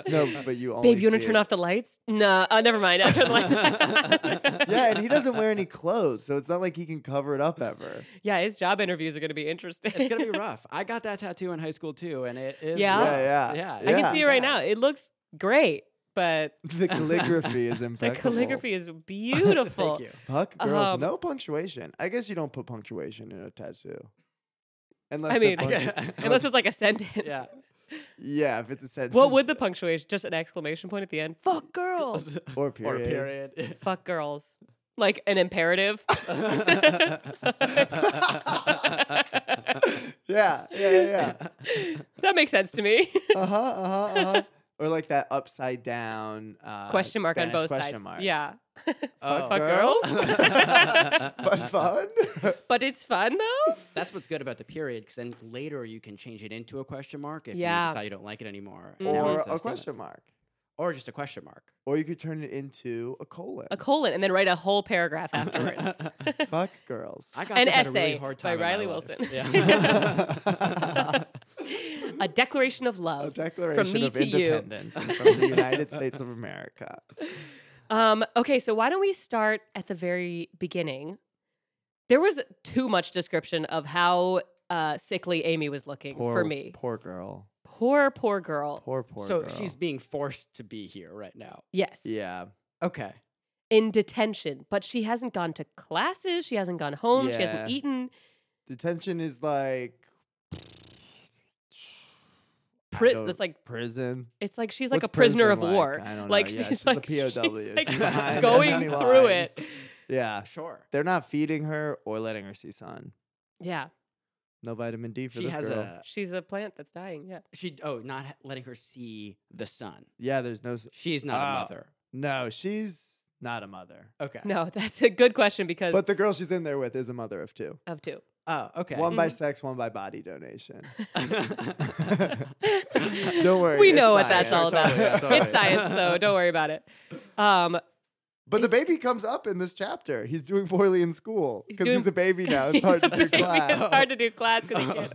[SPEAKER 2] No, but you only
[SPEAKER 1] Babe, you want
[SPEAKER 2] see
[SPEAKER 1] to turn
[SPEAKER 2] it-
[SPEAKER 1] off the lights? No, uh, never mind. I'll turn the lights on.
[SPEAKER 2] Yeah, and he doesn't wear any clothes, so it's not like he can cover it up ever.
[SPEAKER 1] Yeah, his job interviews are going to be interesting.
[SPEAKER 3] It's gonna be rough. I got that tattoo in high school too, and it is
[SPEAKER 1] Yeah?
[SPEAKER 2] Yeah,
[SPEAKER 3] rough.
[SPEAKER 2] yeah.
[SPEAKER 1] I can
[SPEAKER 2] Yeah.
[SPEAKER 1] see it right now. It looks great, but
[SPEAKER 2] The calligraphy is
[SPEAKER 1] the
[SPEAKER 2] impeccable.
[SPEAKER 1] calligraphy is beautiful.
[SPEAKER 3] Thank you.
[SPEAKER 2] Puck girls,
[SPEAKER 1] Um,
[SPEAKER 2] no punctuation. I guess you don't put punctuation in a tattoo. Unless
[SPEAKER 1] I
[SPEAKER 2] the
[SPEAKER 1] mean-
[SPEAKER 2] punctu-
[SPEAKER 1] Unless it's like a sentence.
[SPEAKER 3] Yeah.
[SPEAKER 2] yeah, if it's a sentence.
[SPEAKER 1] What would the punctuation? Just an exclamation point at the end. Fuck girls.
[SPEAKER 2] or
[SPEAKER 3] Or
[SPEAKER 2] period?
[SPEAKER 3] period.
[SPEAKER 1] Fuck girls. Like an imperative. that
[SPEAKER 2] Yeah, yeah, yeah.
[SPEAKER 1] makes sense to me.
[SPEAKER 2] Uh huh, uh huh, uh huh. Or like that upside down uh,
[SPEAKER 1] question mark on
[SPEAKER 2] Spanish
[SPEAKER 1] both
[SPEAKER 2] question
[SPEAKER 1] sides.
[SPEAKER 2] Mark.
[SPEAKER 1] Yeah.
[SPEAKER 3] Oh.
[SPEAKER 1] Fuck
[SPEAKER 2] girls?
[SPEAKER 1] girls.
[SPEAKER 2] but fun.
[SPEAKER 1] but it's fun though.
[SPEAKER 3] That's what's good about the period, because then later you can change it into a question mark if
[SPEAKER 1] Yeah.
[SPEAKER 3] you decide you don't like it anymore. and that
[SPEAKER 2] or
[SPEAKER 3] makes no
[SPEAKER 2] a
[SPEAKER 3] statement.
[SPEAKER 2] question mark.
[SPEAKER 3] Or just a question mark.
[SPEAKER 2] Or you could turn it into a colon.
[SPEAKER 1] A colon and then write a whole paragraph afterwards.
[SPEAKER 2] Fuck girls.
[SPEAKER 3] I got
[SPEAKER 1] An
[SPEAKER 3] this at a
[SPEAKER 1] essay
[SPEAKER 3] really
[SPEAKER 1] by
[SPEAKER 3] hard time in my
[SPEAKER 1] Riley
[SPEAKER 3] life.
[SPEAKER 1] Wilson.
[SPEAKER 3] Yeah.
[SPEAKER 1] a declaration of
[SPEAKER 2] a
[SPEAKER 1] love.
[SPEAKER 2] declaration
[SPEAKER 1] me
[SPEAKER 2] of
[SPEAKER 1] to you.
[SPEAKER 2] independence from the United States of America.
[SPEAKER 1] Um, okay, so why don't we start at the very beginning? There was too much description of how uh, sickly Amy was looking
[SPEAKER 2] Poor,
[SPEAKER 1] for me.
[SPEAKER 2] Poor girl.
[SPEAKER 1] Poor, poor girl.
[SPEAKER 2] Poor, poor
[SPEAKER 3] so
[SPEAKER 2] girl.
[SPEAKER 3] she's being forced to be here right now.
[SPEAKER 1] Yes.
[SPEAKER 2] Yeah.
[SPEAKER 3] Okay.
[SPEAKER 1] In detention, but she hasn't gone to classes. She hasn't gone home. She hasn't
[SPEAKER 2] Yeah.
[SPEAKER 1] eaten.
[SPEAKER 2] Detention is like. I
[SPEAKER 1] Pri-
[SPEAKER 2] don't-
[SPEAKER 1] that's like
[SPEAKER 2] prison.
[SPEAKER 1] It's like she's like
[SPEAKER 2] What's
[SPEAKER 1] a prisoner of
[SPEAKER 2] prison like?
[SPEAKER 1] war.
[SPEAKER 2] I don't know.
[SPEAKER 1] Like
[SPEAKER 2] Yeah,
[SPEAKER 1] she's
[SPEAKER 2] she's a
[SPEAKER 1] like
[SPEAKER 2] POW.
[SPEAKER 1] she's,
[SPEAKER 2] She's
[SPEAKER 1] like,
[SPEAKER 2] behind
[SPEAKER 1] going
[SPEAKER 2] enemy
[SPEAKER 1] through
[SPEAKER 2] lines.
[SPEAKER 1] it.
[SPEAKER 2] Yeah.
[SPEAKER 3] Sure.
[SPEAKER 2] They're not feeding her or letting her see sun.
[SPEAKER 1] Yeah,
[SPEAKER 2] No vitamin D for
[SPEAKER 3] she
[SPEAKER 2] this
[SPEAKER 3] has
[SPEAKER 2] girl.
[SPEAKER 3] a
[SPEAKER 1] she's a plant that's dying. Yeah,
[SPEAKER 3] she oh not ha- letting her see the sun.
[SPEAKER 2] Yeah, there's no. s-
[SPEAKER 3] She's not
[SPEAKER 2] Oh.
[SPEAKER 3] a mother.
[SPEAKER 2] No, she's not a mother.
[SPEAKER 3] Okay.
[SPEAKER 1] no, that's a good question because
[SPEAKER 2] But the girl she's in there with is a mother of two.
[SPEAKER 1] of two.
[SPEAKER 3] Oh, okay.
[SPEAKER 2] One
[SPEAKER 1] Mm-hmm.
[SPEAKER 2] by sex, one by body donation.
[SPEAKER 1] don't
[SPEAKER 2] Don't worry,
[SPEAKER 1] We
[SPEAKER 2] it's
[SPEAKER 1] know what that's all
[SPEAKER 2] science.
[SPEAKER 1] about.
[SPEAKER 2] It's all right, it's all
[SPEAKER 1] It's
[SPEAKER 2] right.
[SPEAKER 1] science, so don't worry about it. Um,
[SPEAKER 2] But the baby comes up in this chapter. He's doing poorly in school
[SPEAKER 1] He's
[SPEAKER 2] because
[SPEAKER 1] doing-
[SPEAKER 2] he's a baby now. It's
[SPEAKER 1] he's
[SPEAKER 2] hard to
[SPEAKER 1] not a
[SPEAKER 2] do
[SPEAKER 1] baby,
[SPEAKER 2] class.
[SPEAKER 1] It's hard to do class because he can't.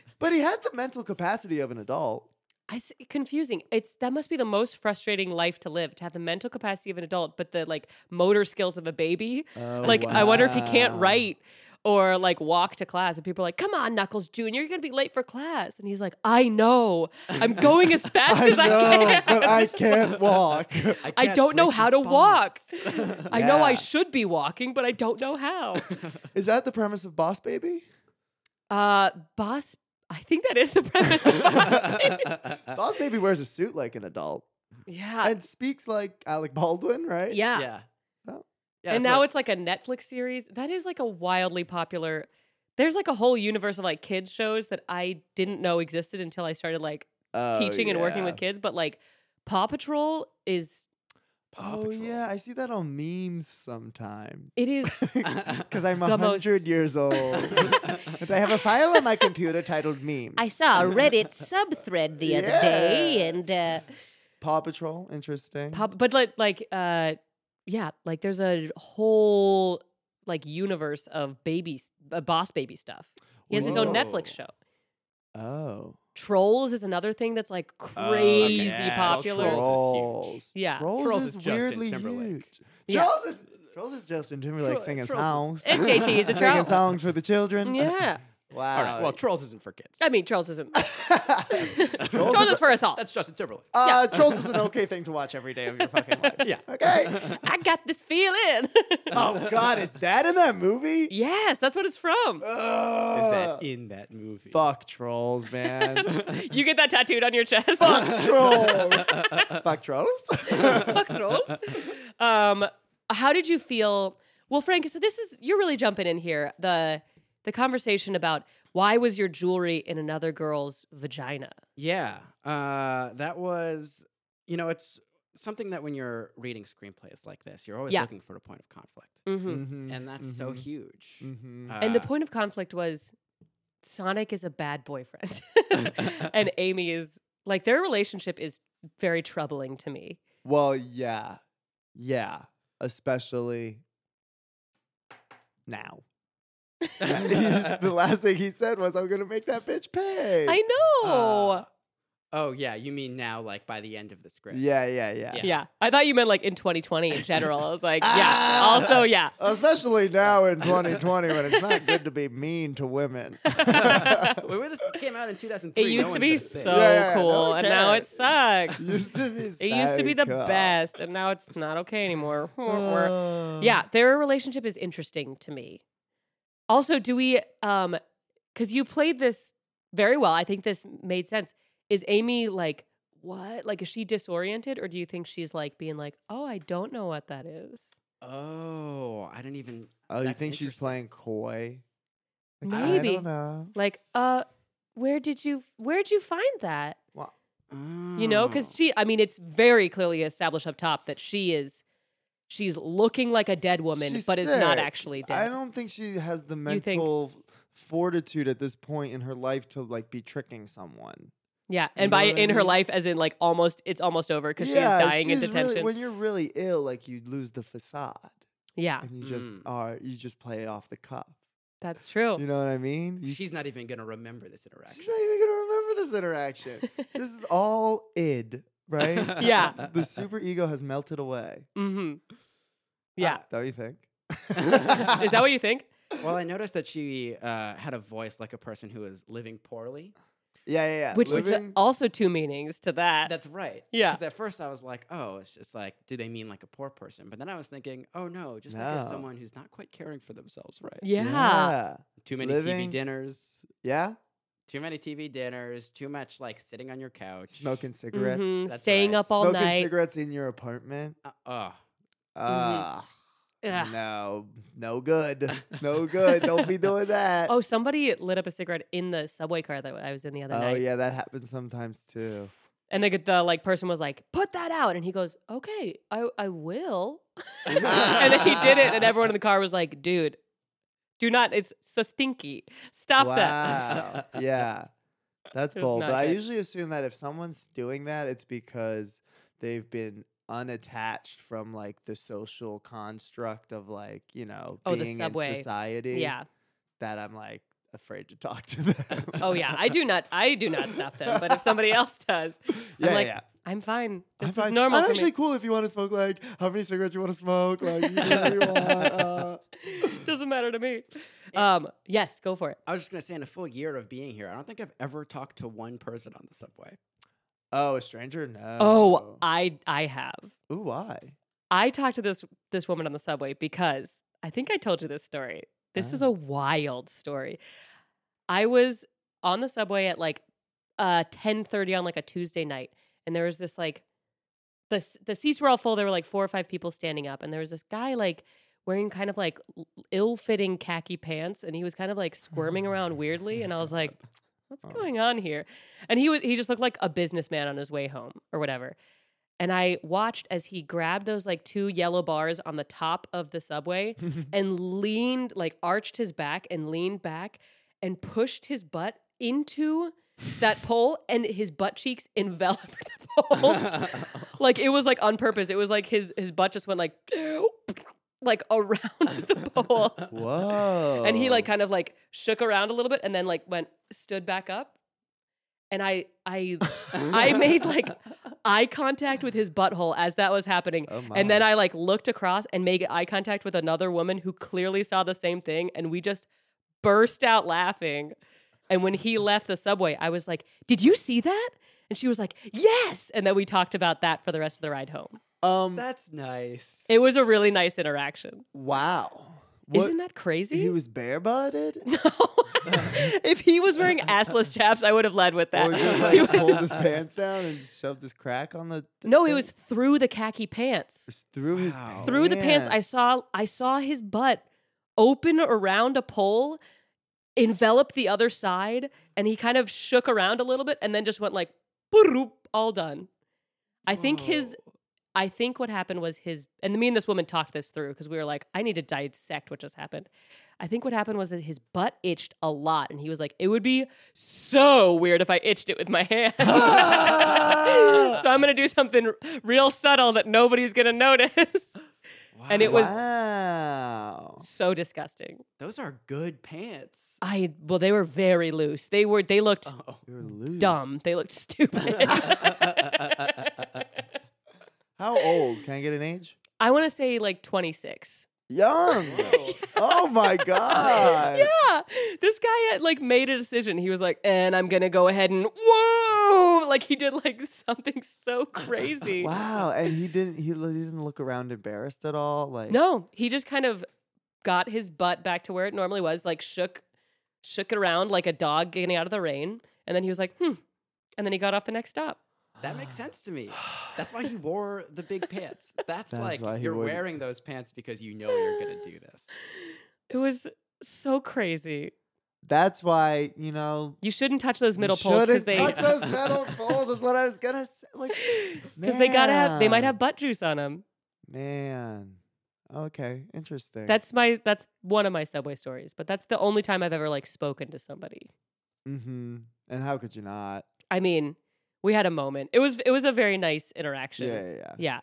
[SPEAKER 2] But he had the mental capacity of an adult.
[SPEAKER 1] It's confusing. It's that must be the most frustrating life to live to have the mental capacity of an adult, but the like motor skills of a baby. like I wonder if he can't
[SPEAKER 2] Oh, wow.
[SPEAKER 1] write or like walk to class. And people are like, "Come on, Knuckles Jr., you're gonna be late for class." And he's like, "I know. I'm going as fast
[SPEAKER 2] I
[SPEAKER 1] as I
[SPEAKER 2] know,
[SPEAKER 1] can,
[SPEAKER 2] but I can't walk.
[SPEAKER 1] I
[SPEAKER 3] can't
[SPEAKER 1] don't know
[SPEAKER 3] break
[SPEAKER 1] how to
[SPEAKER 3] these bonds.
[SPEAKER 1] walk. I know I
[SPEAKER 2] Yeah.
[SPEAKER 1] should be walking, but I don't know how."
[SPEAKER 2] Is that the premise of Boss Baby?
[SPEAKER 1] Uh, boss, I think that is the premise of Boss Baby.
[SPEAKER 2] Boss Baby wears a suit like an adult
[SPEAKER 1] Yeah.
[SPEAKER 2] and speaks like Alec Baldwin, right?
[SPEAKER 1] Uh, yeah.
[SPEAKER 3] yeah.
[SPEAKER 2] Oh.
[SPEAKER 3] Yeah,
[SPEAKER 1] and
[SPEAKER 3] that's
[SPEAKER 1] now
[SPEAKER 3] what-
[SPEAKER 1] it's like a Netflix series. That is like a wildly popular. There's like a whole universe of like kids shows that I didn't know existed until I started like
[SPEAKER 2] Oh,
[SPEAKER 1] teaching and working
[SPEAKER 2] yeah.
[SPEAKER 1] with kids, but like Paw Patrol is
[SPEAKER 3] Paw
[SPEAKER 2] oh
[SPEAKER 3] Patrol.
[SPEAKER 2] yeah, I see that on memes sometimes.
[SPEAKER 1] It is
[SPEAKER 2] Because I'm
[SPEAKER 1] The
[SPEAKER 2] a
[SPEAKER 1] most-
[SPEAKER 2] hundred years old, and I have a file on my computer titled memes.
[SPEAKER 7] I saw a Reddit subthread the other day, and uh,
[SPEAKER 2] Paw Patrol, interesting.
[SPEAKER 1] pop, but like like uh yeah, like there's a whole like universe of baby uh, boss baby stuff. He has his own Netflix show.
[SPEAKER 2] oh,
[SPEAKER 1] Trolls is another thing that's like
[SPEAKER 3] Oh,
[SPEAKER 1] crazy
[SPEAKER 3] yeah, well,
[SPEAKER 1] popular.
[SPEAKER 3] Trolls is huge.
[SPEAKER 2] Trolls.
[SPEAKER 1] Yeah.
[SPEAKER 2] Trolls,
[SPEAKER 3] Trolls
[SPEAKER 2] is,
[SPEAKER 3] is Justin
[SPEAKER 2] weirdly
[SPEAKER 3] Timberlake.
[SPEAKER 2] huge.
[SPEAKER 1] Yeah.
[SPEAKER 2] Trolls is Trolls is Justin Timberlake
[SPEAKER 3] Troll-
[SPEAKER 2] singing
[SPEAKER 3] Trolls
[SPEAKER 2] songs.
[SPEAKER 3] is-
[SPEAKER 1] SJT is a
[SPEAKER 2] singing
[SPEAKER 1] troll.
[SPEAKER 2] songs for the children.
[SPEAKER 1] Yeah.
[SPEAKER 2] Wow.
[SPEAKER 3] All right. Well, Trolls isn't for kids.
[SPEAKER 1] I mean, Trolls isn't. Trolls,
[SPEAKER 2] Trolls
[SPEAKER 1] is, for us all.
[SPEAKER 3] That's Justin Timberlake.
[SPEAKER 2] Uh, Trolls is an okay thing to watch every day of your fucking life.
[SPEAKER 3] Yeah.
[SPEAKER 2] Okay.
[SPEAKER 1] I got this feeling.
[SPEAKER 2] Oh God, is that in that movie?
[SPEAKER 1] yes, that's what it's from.
[SPEAKER 3] Is
[SPEAKER 2] Ugh.
[SPEAKER 3] that e- in that movie?
[SPEAKER 2] Fuck trolls, man.
[SPEAKER 1] You get that tattooed on your chest.
[SPEAKER 2] Fuck trolls. Fuck trolls.
[SPEAKER 1] Fuck trolls. Um, how did you feel? Well, Frank, so this is you're really jumping in here. The the conversation about why was your jewelry in another girl's vagina?
[SPEAKER 3] Yeah. Uh, that was, you know, it's something that when you're reading screenplays like this, you're always
[SPEAKER 1] Yeah.
[SPEAKER 3] looking for a point of conflict.
[SPEAKER 1] Mm-hmm.
[SPEAKER 2] Mhm,
[SPEAKER 3] And that's so
[SPEAKER 2] mhm,
[SPEAKER 3] huge.
[SPEAKER 2] mhm.
[SPEAKER 1] and the
[SPEAKER 3] Uh,
[SPEAKER 1] point of conflict was Sonic is a bad boyfriend, and Amy is like their relationship is very troubling to me.
[SPEAKER 2] Well, yeah. Yeah. Especially now. He's- the last thing he said was, I'm going to make that bitch pay.
[SPEAKER 1] I know.
[SPEAKER 3] uh, oh, yeah. You mean now, like by the end of the script?
[SPEAKER 2] Yeah, yeah, yeah.
[SPEAKER 1] yeah. I thought you meant like in 2020 in general. I was like, yeah.
[SPEAKER 2] Ah.
[SPEAKER 1] Also, yeah.
[SPEAKER 2] Especially now in 2020 when it's not good to be mean to women.
[SPEAKER 3] Wait, when this came out in 2003,
[SPEAKER 1] It
[SPEAKER 3] no
[SPEAKER 1] used to
[SPEAKER 3] one
[SPEAKER 1] be
[SPEAKER 3] said a thing.
[SPEAKER 1] so
[SPEAKER 2] Yeah, no
[SPEAKER 1] cool,
[SPEAKER 2] one
[SPEAKER 1] and now it
[SPEAKER 2] cares.
[SPEAKER 1] sucks.
[SPEAKER 2] used to be
[SPEAKER 1] it used to be the
[SPEAKER 2] psycho.
[SPEAKER 1] best, and now it's not okay anymore.
[SPEAKER 2] Uh,
[SPEAKER 1] yeah, their relationship is interesting to me. Also, do we um cuz you played this very well. I think this made sense. Is Amy like what? Like is she disoriented or do you think she's like being like, "Oh, I don't know what that is."
[SPEAKER 3] Oh, I didn't even.
[SPEAKER 2] Oh, you
[SPEAKER 3] That's
[SPEAKER 2] think she's
[SPEAKER 3] interesting.
[SPEAKER 2] playing coy? Like, I
[SPEAKER 1] Maybe.
[SPEAKER 2] don't know.
[SPEAKER 1] Like, "Uh, where did you where'd you find that?" You
[SPEAKER 2] Hmm.
[SPEAKER 1] know,
[SPEAKER 3] Oh.
[SPEAKER 1] cuz she I mean, it's very clearly established up top that she is she's looking like a dead woman
[SPEAKER 2] She's
[SPEAKER 1] but is not
[SPEAKER 2] sick.
[SPEAKER 1] actually dead.
[SPEAKER 2] I don't think she has the
[SPEAKER 1] You think-
[SPEAKER 2] mental f- fortitude at this point in her life to like be tricking someone.
[SPEAKER 1] Yeah,
[SPEAKER 2] You
[SPEAKER 1] and
[SPEAKER 2] know
[SPEAKER 1] by
[SPEAKER 2] what I
[SPEAKER 1] in her
[SPEAKER 2] mean?
[SPEAKER 1] life, as in like almost, it's almost over because she is dying in
[SPEAKER 2] she's
[SPEAKER 1] detention.
[SPEAKER 2] Really, when you're really ill, like you lose the facade
[SPEAKER 1] yeah,
[SPEAKER 2] and you just
[SPEAKER 3] Mm.
[SPEAKER 2] are you just play it off the cuff.
[SPEAKER 1] that's true.
[SPEAKER 2] You know what I mean? You-
[SPEAKER 3] She's not even going to remember this interaction.
[SPEAKER 2] she's not even gonna remember this interaction. this is all id, right?
[SPEAKER 1] Yeah.
[SPEAKER 2] the super ego has melted away.
[SPEAKER 1] hmm Yeah,
[SPEAKER 2] Don't you think? Ah.
[SPEAKER 1] is that what you think?
[SPEAKER 3] Uh, Well, I noticed that she uh, had a voice like a person who is living poorly.
[SPEAKER 2] Yeah, yeah, yeah.
[SPEAKER 1] Which is
[SPEAKER 2] Living-
[SPEAKER 1] also two meanings to that.
[SPEAKER 3] That's right.
[SPEAKER 1] Yeah.
[SPEAKER 3] Because at first I was like, oh, it's just like, do they mean like a poor person? But then I was thinking, oh no, just like as
[SPEAKER 2] No.
[SPEAKER 3] someone who's not quite caring for themselves, right?
[SPEAKER 1] yeah.
[SPEAKER 2] yeah.
[SPEAKER 3] Too many
[SPEAKER 2] Living-
[SPEAKER 3] TV dinners.
[SPEAKER 2] Yeah?
[SPEAKER 3] Too many TV dinners. Too much like sitting on your couch.
[SPEAKER 2] Smoking cigarettes.
[SPEAKER 1] Mhm.
[SPEAKER 3] That's
[SPEAKER 1] Staying
[SPEAKER 3] right.
[SPEAKER 1] up all
[SPEAKER 2] Smoking
[SPEAKER 1] night. Mm-hmm.
[SPEAKER 2] cigarettes in your apartment.
[SPEAKER 3] Uh, oh.
[SPEAKER 2] Ah.
[SPEAKER 1] Ugh.
[SPEAKER 2] No, no good. No good. Don't be doing that.
[SPEAKER 1] Oh, somebody lit up a cigarette in the subway car that I was in the other
[SPEAKER 2] Oh,
[SPEAKER 1] night,
[SPEAKER 2] yeah, that happens sometimes too.
[SPEAKER 1] and the, the like person was like, "Put that out," and he goes, "Okay, I I will," and then he did it, and everyone in the car was like, "Dude." Do not, it's so stinky. Stop that.
[SPEAKER 2] wow. yeah. That's
[SPEAKER 1] It's
[SPEAKER 2] bold.
[SPEAKER 1] not
[SPEAKER 2] But I
[SPEAKER 1] good.
[SPEAKER 2] usually assume that if someone's doing that, it's because they've been unattached from like the social construct of like, you know,
[SPEAKER 1] Oh, the
[SPEAKER 2] being
[SPEAKER 1] subway.
[SPEAKER 2] in society.
[SPEAKER 1] Yeah.
[SPEAKER 2] That I'm like afraid to talk to them.
[SPEAKER 1] Oh yeah, I do not. I do not stop them. But if somebody else does,
[SPEAKER 2] Yeah,
[SPEAKER 1] I'm like,
[SPEAKER 2] yeah.
[SPEAKER 1] I'm fine. This
[SPEAKER 2] I'm fine.
[SPEAKER 1] is normal.
[SPEAKER 2] I'm
[SPEAKER 1] for me."
[SPEAKER 2] actually cool if you want to smoke like how many cigarettes you want to smoke, like you do whatever you want. Uh,
[SPEAKER 1] Doesn't matter to me. Um, yes, go for it.
[SPEAKER 3] I was just going to say, in a full year of being here, I don't think I've ever talked to one person on the subway.
[SPEAKER 2] oh, a stranger? No.
[SPEAKER 1] Oh, I I have.
[SPEAKER 2] Ooh, why?
[SPEAKER 1] I talked to this this woman on the subway because I think I told you this story. This is
[SPEAKER 2] Oh.
[SPEAKER 1] a wild story. I was on the subway at like uh 10:30 on like a Tuesday night and there was this like the s- the seats were all full. There were like four or five people standing up and there was this guy like wearing kind of like l- ill-fitting khaki pants and he was kind of like squirming around weirdly and I was like what's
[SPEAKER 2] Oh.
[SPEAKER 1] going on here? And he was he just looked like a businessman on his way home or whatever. And I watched as he grabbed those like two yellow bars on the top of the subway and leaned, like arched his back and leaned back and pushed his butt into that pole and his butt cheeks enveloped the pole. like it was like on purpose. It was like his his butt just went like like around the pole.
[SPEAKER 2] Whoa.
[SPEAKER 1] And he like kind of like shook around a little bit and then like went stood back up. And I I I made like eye contact with his butthole as that was happening.
[SPEAKER 2] Oh my.
[SPEAKER 1] And then I like looked across and made eye contact with another woman who clearly saw the same thing and we just burst out laughing. And when he left the subway, I was like, "Did you see that?" And she was like, "Yes." And then we talked about that for the rest of the ride home.
[SPEAKER 4] Um.
[SPEAKER 3] That's nice.
[SPEAKER 1] It was a really nice interaction.
[SPEAKER 2] Wow.
[SPEAKER 1] is
[SPEAKER 2] What-
[SPEAKER 1] Isn't that crazy?
[SPEAKER 2] He was barebutted?
[SPEAKER 1] if he was wearing assless chaps, I would have led with that.
[SPEAKER 2] Or just
[SPEAKER 1] He
[SPEAKER 2] like
[SPEAKER 1] was-
[SPEAKER 2] pulled his pants down and shoved his crack on the. the
[SPEAKER 1] no, it
[SPEAKER 2] thing?
[SPEAKER 1] was through the khaki pants.
[SPEAKER 2] Just through his
[SPEAKER 3] Wow.
[SPEAKER 1] Through the pants, I saw I saw his butt open around a pole, envelop the other side, and he kind of shook around a little bit and then just went like "Boop," all done. I think his I think what happened was his, and me and this woman talked this through because we were like, I need to dissect what just happened. I think what happened was that his butt itched a lot, and he was like, it would be so weird if I itched it with my hand. so I'm going to do something r- real subtle that nobody's going to notice. And it was
[SPEAKER 2] Wow.
[SPEAKER 1] so disgusting.
[SPEAKER 3] Those are good pants.
[SPEAKER 1] I, well, they were very loose. They were, they looked
[SPEAKER 3] Oh.
[SPEAKER 2] You're loose.
[SPEAKER 1] dumb. They looked stupid.
[SPEAKER 2] How old? Can I get an age?
[SPEAKER 1] I want to say like 26.
[SPEAKER 2] Young. Oh my god.
[SPEAKER 1] yeah, this guy had, like made a decision. He was like, "And I'm gonna go ahead and whoa!" Like he did like something so crazy.
[SPEAKER 2] Wow. And he didn't. He lo- he didn't look around embarrassed at all. Like
[SPEAKER 1] No, he just kind of got his butt back to where it normally was. Like shook, shook it around like a dog getting out of the rain, and then he was like, "Hmm," and then he got off the next stop.
[SPEAKER 3] That makes sense to me. That's why he wore the big pants.
[SPEAKER 2] That's
[SPEAKER 3] That's, like
[SPEAKER 2] why he
[SPEAKER 3] you're
[SPEAKER 2] wore the-
[SPEAKER 3] wearing those pants because you know you're gonna do this.
[SPEAKER 1] It was so crazy.
[SPEAKER 2] That's why you know.
[SPEAKER 1] You shouldn't touch those
[SPEAKER 2] you
[SPEAKER 1] middle poles because
[SPEAKER 2] shouldn't
[SPEAKER 1] they
[SPEAKER 2] touch those metal poles. Is what I was gonna say. Like,
[SPEAKER 1] because they gotta have they might have butt juice on them.
[SPEAKER 2] Man. Okay. Interesting.
[SPEAKER 1] That's my that's one of my subway stories, but that's the only time I've ever like spoken to somebody.
[SPEAKER 2] Mm-hmm. And how could you not?
[SPEAKER 1] I mean, we had a moment. It was it was a very nice interaction.
[SPEAKER 2] Yeah, yeah, yeah.
[SPEAKER 1] Yeah.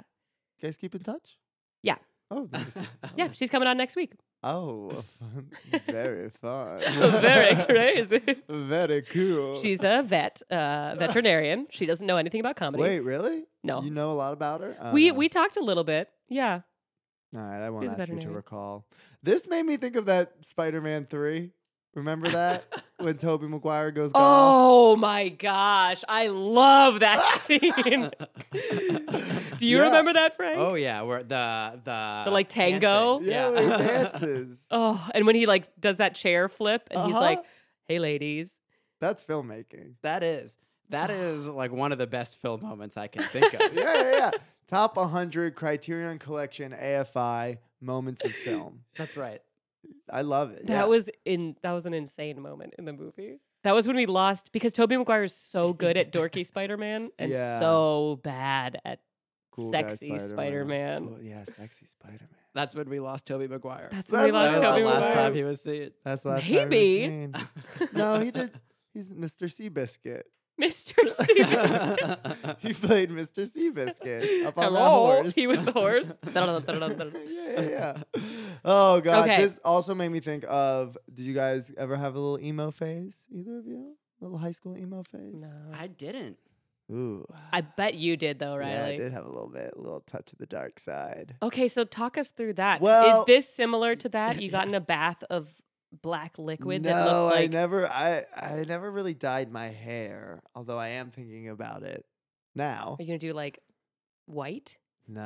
[SPEAKER 2] You guys keep in touch?
[SPEAKER 1] Yeah.
[SPEAKER 2] Oh, nice.
[SPEAKER 1] Yeah, she's coming on next week.
[SPEAKER 2] oh, fun. very fun.
[SPEAKER 1] Very crazy.
[SPEAKER 2] Very cool.
[SPEAKER 1] She's a vet, uh, veterinarian. She doesn't know anything about comedy.
[SPEAKER 2] Wait, really?
[SPEAKER 1] No.
[SPEAKER 2] You know a lot about her? Oh,
[SPEAKER 1] we
[SPEAKER 2] no.
[SPEAKER 1] we talked a little bit. Yeah.
[SPEAKER 2] All right, I won't
[SPEAKER 1] She's a
[SPEAKER 2] ask you to
[SPEAKER 1] veterinarian.
[SPEAKER 2] recall. This made me think of that Spider-Man 3. Remember that? when Toby Maguire goes golf?
[SPEAKER 1] Oh my gosh. I love that scene. Do you
[SPEAKER 2] Yeah.
[SPEAKER 1] remember that, Frank?
[SPEAKER 3] Oh yeah, where the the
[SPEAKER 1] The, like,
[SPEAKER 3] hand thing.
[SPEAKER 1] tango?
[SPEAKER 2] Yeah, when he dances.
[SPEAKER 1] Oh, and when he like does that chair flip and he's
[SPEAKER 2] Uh-huh.
[SPEAKER 1] like, "Hey ladies."
[SPEAKER 2] That's filmmaking.
[SPEAKER 3] that is that is like one of the best film moments I can think of.
[SPEAKER 2] Yeah, yeah, yeah. Top 100 Criterion Collection AFI moments of film.
[SPEAKER 3] That's right.
[SPEAKER 2] I love it.
[SPEAKER 1] That
[SPEAKER 2] yeah.
[SPEAKER 1] was in that was an insane moment in the movie. That was when we lost because Toby Maguire is so good at dorky Spider-Man and
[SPEAKER 2] Yeah.
[SPEAKER 1] so bad at
[SPEAKER 2] Cool guy
[SPEAKER 1] sexy Spider-Man.
[SPEAKER 2] Cool- Yeah, sexy Spider-Man.
[SPEAKER 3] That's when we lost Toby Maguire.
[SPEAKER 1] That's when we lost
[SPEAKER 2] That's when we
[SPEAKER 1] Toby
[SPEAKER 2] lost
[SPEAKER 3] last
[SPEAKER 1] Maguire.
[SPEAKER 3] time he was seen.
[SPEAKER 2] That's the last
[SPEAKER 1] Maybe.
[SPEAKER 2] time I've ever seen. No, he did. He's Mr. Seabiscuit.
[SPEAKER 1] Mr. Stevens.
[SPEAKER 2] he played Mr. Seabiscuit up on that
[SPEAKER 1] Hello.
[SPEAKER 2] horse.
[SPEAKER 1] He was the horse.
[SPEAKER 2] yeah, yeah, yeah. Oh god,
[SPEAKER 1] Okay.
[SPEAKER 2] this also made me think of. Did you guys ever have a little emo phase? Either of you? Little high school emo phase?
[SPEAKER 3] I didn't.
[SPEAKER 2] Ooh,
[SPEAKER 1] I bet you did though,
[SPEAKER 2] yeah, I
[SPEAKER 1] Riley.
[SPEAKER 2] did have a little bit, a little touch of the dark side.
[SPEAKER 1] Okay, so talk us through that. Is
[SPEAKER 2] Well-
[SPEAKER 1] this similar to that? You got in a bath of black liquid
[SPEAKER 2] no,
[SPEAKER 1] that looked like
[SPEAKER 2] I never, I, I never really dyed my hair. Although I am thinking about it now.
[SPEAKER 1] Are you gonna do like white?
[SPEAKER 2] No,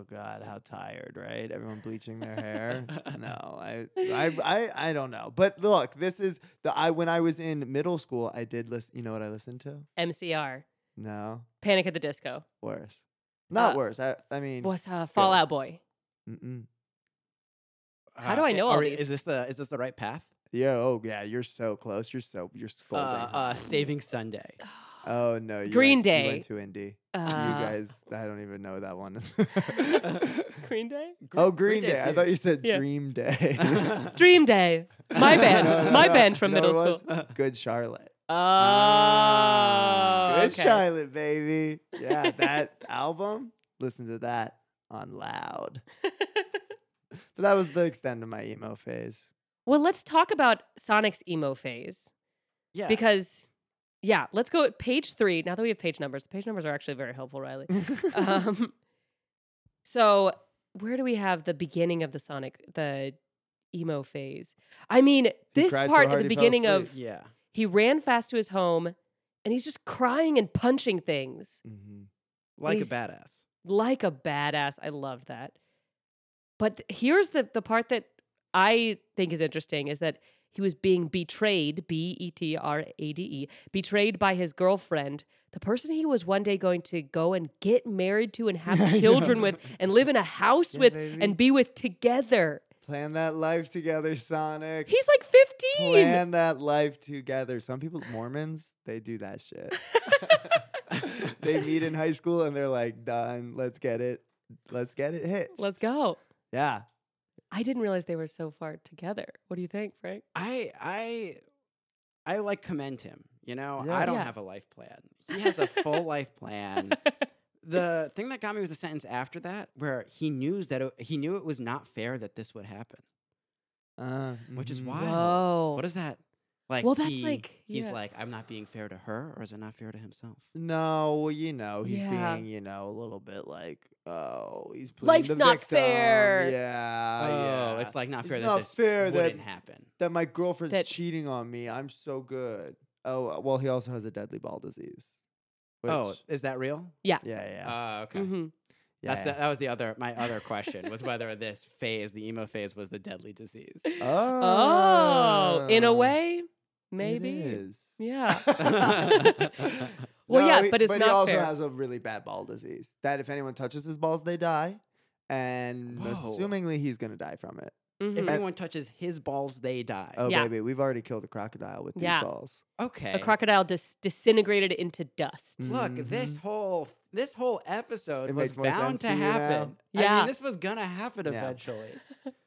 [SPEAKER 2] oh god, how tired, right? Everyone bleaching their hair. no, I, I, I, I don't know. But look, this is the I when I was in middle school, I did listen. You know what I listened to?
[SPEAKER 1] MCR.
[SPEAKER 2] No,
[SPEAKER 1] Panic at the disco.
[SPEAKER 2] worse. Not
[SPEAKER 1] Uh,
[SPEAKER 2] worse. I, I mean,
[SPEAKER 1] What's uh, Fallout Boy?
[SPEAKER 2] mm-mm.
[SPEAKER 1] How do I know all
[SPEAKER 3] Uh, are-
[SPEAKER 1] these?
[SPEAKER 3] Is this the is this the right path?
[SPEAKER 2] yeah, oh yeah, you're so close. You're so you're
[SPEAKER 3] Uh,
[SPEAKER 2] scolding.
[SPEAKER 3] uh, Saving Sunday.
[SPEAKER 2] oh no, you
[SPEAKER 1] Green
[SPEAKER 2] went, you
[SPEAKER 1] Day.
[SPEAKER 2] went too indie.
[SPEAKER 1] Uh,
[SPEAKER 2] you guys, I don't even know that one.
[SPEAKER 1] Green Day?
[SPEAKER 2] oh, Green, Day.
[SPEAKER 3] Day's
[SPEAKER 2] I thought you said
[SPEAKER 1] Yeah.
[SPEAKER 2] Dream Day.
[SPEAKER 1] Dream Day. My band.
[SPEAKER 2] No, no,
[SPEAKER 1] My
[SPEAKER 2] no.
[SPEAKER 1] band from
[SPEAKER 2] You know
[SPEAKER 1] middle
[SPEAKER 2] what it
[SPEAKER 1] school.
[SPEAKER 2] was? Good Charlotte.
[SPEAKER 1] Oh.
[SPEAKER 2] Ah, Good
[SPEAKER 1] okay.
[SPEAKER 2] Charlotte, baby. Yeah, that album. Listen to that on loud. But that was the extent of my emo phase.
[SPEAKER 1] Well, let's talk about Sonic's emo phase
[SPEAKER 3] Yeah.
[SPEAKER 1] because, yeah, let's go at page three. Now that we have page numbers, page numbers are actually very helpful, Riley.
[SPEAKER 2] Uh-huh.
[SPEAKER 1] um, so, where do we have the beginning of the Sonic, the emo phase? I mean, this
[SPEAKER 2] cried so
[SPEAKER 1] part at
[SPEAKER 2] hard
[SPEAKER 1] the
[SPEAKER 2] he fell
[SPEAKER 1] beginning of
[SPEAKER 2] asleep.
[SPEAKER 3] yeah.
[SPEAKER 1] he ran fast to his home and he's just crying and punching things
[SPEAKER 2] Mhm.
[SPEAKER 3] Like
[SPEAKER 1] He's-
[SPEAKER 3] a badass.
[SPEAKER 1] like a badass. I loved that. But th- here's the the part that I think is interesting is that he was being betrayed, B E T R A D E, betrayed by his girlfriend, the person he was one day going to go and get married to and have children with and live in a house
[SPEAKER 2] Yeah,
[SPEAKER 1] with
[SPEAKER 2] baby.
[SPEAKER 1] and be with together.
[SPEAKER 2] Plan that life together, Sonic.
[SPEAKER 1] He's like 15.
[SPEAKER 2] Plan that life together. Some people, Mormons, they do that shit. they meet in high school and they're like, done. Let's get it. Let's get it hit.
[SPEAKER 1] Let's go.
[SPEAKER 2] yeah.
[SPEAKER 1] I didn't realize they were so far together. What do you think, Frank?
[SPEAKER 3] I I I like commend him. You know,
[SPEAKER 2] Yeah.
[SPEAKER 3] I don't
[SPEAKER 1] Yeah.
[SPEAKER 3] have a life plan. He has a full life plan. The thing that got me was the sentence after that, where he knew that it, he knew it was not fair that this would happen,
[SPEAKER 2] Uh,
[SPEAKER 3] which is
[SPEAKER 2] mhm.
[SPEAKER 3] wild.
[SPEAKER 1] Whoa.
[SPEAKER 3] What is that? Like,
[SPEAKER 1] Well, that's
[SPEAKER 3] he-
[SPEAKER 1] like-
[SPEAKER 3] he's
[SPEAKER 1] yeah.
[SPEAKER 3] like, I'm not being fair to her, or is it not fair to himself?
[SPEAKER 2] No, well, you know, he's
[SPEAKER 1] Yeah.
[SPEAKER 2] being, you know, a little bit like, oh, he's playing
[SPEAKER 1] Life's
[SPEAKER 2] the
[SPEAKER 1] not
[SPEAKER 2] victim.
[SPEAKER 1] fair.
[SPEAKER 2] Yeah.
[SPEAKER 3] oh,
[SPEAKER 2] yeah.
[SPEAKER 3] it's like not
[SPEAKER 2] It's
[SPEAKER 3] fair that
[SPEAKER 2] not
[SPEAKER 3] this
[SPEAKER 2] fair that-
[SPEAKER 3] wouldn't happen.
[SPEAKER 2] that my girlfriend's
[SPEAKER 1] That-
[SPEAKER 2] cheating on me. I'm so good. Oh, uh, well, he also has a deadly ball disease. Which,
[SPEAKER 3] oh, is that real?
[SPEAKER 2] yeah, yeah.
[SPEAKER 3] Oh, okay.
[SPEAKER 1] hmm
[SPEAKER 2] yeah,
[SPEAKER 3] That's
[SPEAKER 2] yeah.
[SPEAKER 3] The, that was the other my other question was whether this phase, the emo phase, was the deadly disease.
[SPEAKER 1] Oh, in a
[SPEAKER 2] Oh,
[SPEAKER 1] way,
[SPEAKER 2] It
[SPEAKER 1] maybe.
[SPEAKER 2] is.
[SPEAKER 1] Yeah.
[SPEAKER 2] No,
[SPEAKER 1] well, yeah,
[SPEAKER 2] he-
[SPEAKER 1] but it's
[SPEAKER 2] he
[SPEAKER 1] not
[SPEAKER 2] also
[SPEAKER 1] fair.
[SPEAKER 2] has a really bad ball disease. That if anyone touches his balls, they die. And
[SPEAKER 3] Whoa.
[SPEAKER 2] assumingly he's gonna die from it.
[SPEAKER 1] Mhm.
[SPEAKER 3] If anyone touches his balls, they die.
[SPEAKER 2] Hmm. Oh
[SPEAKER 1] Yeah.
[SPEAKER 2] baby, we've already killed a crocodile with these
[SPEAKER 1] Yeah.
[SPEAKER 2] balls.
[SPEAKER 3] Okay.
[SPEAKER 1] A crocodile dis- disintegrated into dust.
[SPEAKER 2] Mm.
[SPEAKER 3] Look, this whole this whole episode
[SPEAKER 2] It
[SPEAKER 3] was
[SPEAKER 2] makes more sense
[SPEAKER 3] bound to
[SPEAKER 2] to you now.
[SPEAKER 3] happen. I
[SPEAKER 1] Yeah.
[SPEAKER 3] mean, this was gonna happen
[SPEAKER 2] Yeah.
[SPEAKER 3] eventually.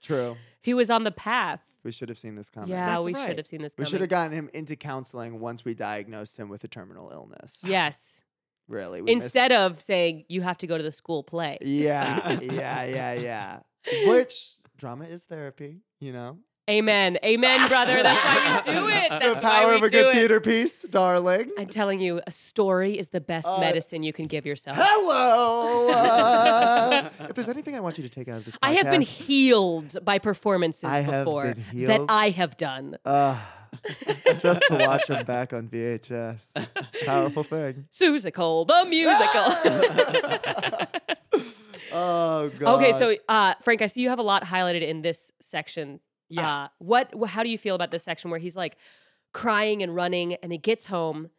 [SPEAKER 2] True.
[SPEAKER 1] He was on the path.
[SPEAKER 2] We should have seen this coming.
[SPEAKER 1] Yeah,
[SPEAKER 3] That's
[SPEAKER 1] we should
[SPEAKER 3] right.
[SPEAKER 1] have seen this
[SPEAKER 2] Oh, We
[SPEAKER 1] coming.
[SPEAKER 2] should have gotten him into counseling once we diagnosed him with a terminal illness.
[SPEAKER 1] yes.
[SPEAKER 2] Really. we missed
[SPEAKER 1] Instead of saying you have to go to the school play.
[SPEAKER 2] Yeah, yeah, yeah, yeah. Which drama is therapy, you know?
[SPEAKER 1] Amen. Amen, brother. That's why we do it. That's
[SPEAKER 2] the
[SPEAKER 1] why
[SPEAKER 2] power
[SPEAKER 1] we
[SPEAKER 2] of a
[SPEAKER 1] do
[SPEAKER 2] good
[SPEAKER 1] it.
[SPEAKER 2] theater piece, darling.
[SPEAKER 1] I'm telling you, a story is the best
[SPEAKER 2] Uh,
[SPEAKER 1] medicine you can give yourself.
[SPEAKER 2] Hello. uh, if there's anything I want you to take out of this, podcast,
[SPEAKER 1] I have been healed by performances
[SPEAKER 2] I have
[SPEAKER 1] before
[SPEAKER 2] been
[SPEAKER 1] that
[SPEAKER 2] healed.
[SPEAKER 1] I have done.
[SPEAKER 2] Uh, just to watch him back on VHS. Powerful thing.
[SPEAKER 1] Susicle, the musical.
[SPEAKER 3] "Oh."
[SPEAKER 2] Oh god.
[SPEAKER 1] okay, so uh, Frank, I see you have a lot highlighted in this section.
[SPEAKER 3] Yeah.
[SPEAKER 1] Uh, what? wh- How do you feel about this section where he's like crying and running, and he gets home,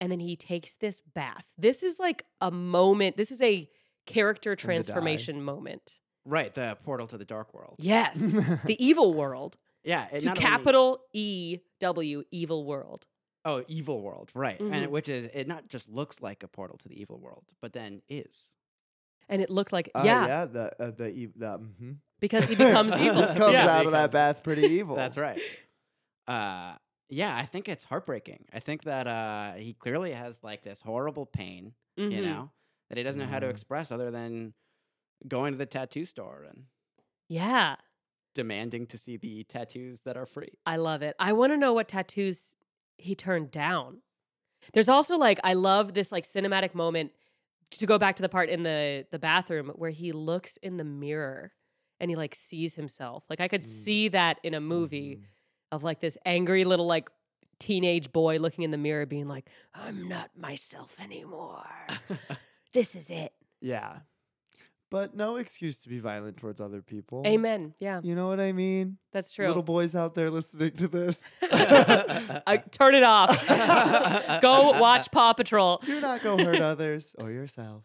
[SPEAKER 1] and then he takes this bath? This is like a moment. This is a character transformation moment.
[SPEAKER 3] right, the portal to the dark world.
[SPEAKER 1] Yes, the evil world
[SPEAKER 3] Yeah. it
[SPEAKER 1] to
[SPEAKER 3] not only-
[SPEAKER 1] capital E W evil world.
[SPEAKER 3] oh, evil world. Right. And it,
[SPEAKER 1] Mm-hmm.
[SPEAKER 3] which is it not just looks like a portal to the evil world, but then is.
[SPEAKER 1] And it looked like
[SPEAKER 2] Uh,
[SPEAKER 1] yeah,
[SPEAKER 2] yeah, the uh, the, e- the mhm.
[SPEAKER 1] because he becomes evil.
[SPEAKER 2] comes
[SPEAKER 1] yeah.
[SPEAKER 2] out of that
[SPEAKER 3] Becomes-
[SPEAKER 2] bath pretty evil.
[SPEAKER 3] That's right. Uh, yeah, I think it's heartbreaking. I think that uh, he clearly has like this horrible pain,
[SPEAKER 1] Mhm.
[SPEAKER 3] you know, that he doesn't know how to
[SPEAKER 1] Mm-hmm.
[SPEAKER 2] Yeah.
[SPEAKER 3] express other than going to the tattoo store and
[SPEAKER 1] Yeah,
[SPEAKER 3] demanding to see the tattoos that are free.
[SPEAKER 1] I love it. I want to know what tattoos he turned down. There's also like I love this like cinematic moment to go back to the part in the the bathroom where he looks in the mirror and he like sees himself. Like I could
[SPEAKER 2] Mm. Mm-hmm.
[SPEAKER 1] see that in a movie of like this angry little like teenage boy looking in the mirror being like I'm not myself anymore. this is it.
[SPEAKER 2] Yeah. But no excuse to be violent towards other people.
[SPEAKER 1] Amen. Yeah,
[SPEAKER 2] You know what I mean?
[SPEAKER 1] that's true.
[SPEAKER 2] Little boys out there listening to this.
[SPEAKER 1] I, turn it off. go watch Paw Patrol.
[SPEAKER 2] Do not go hurt others or yourself.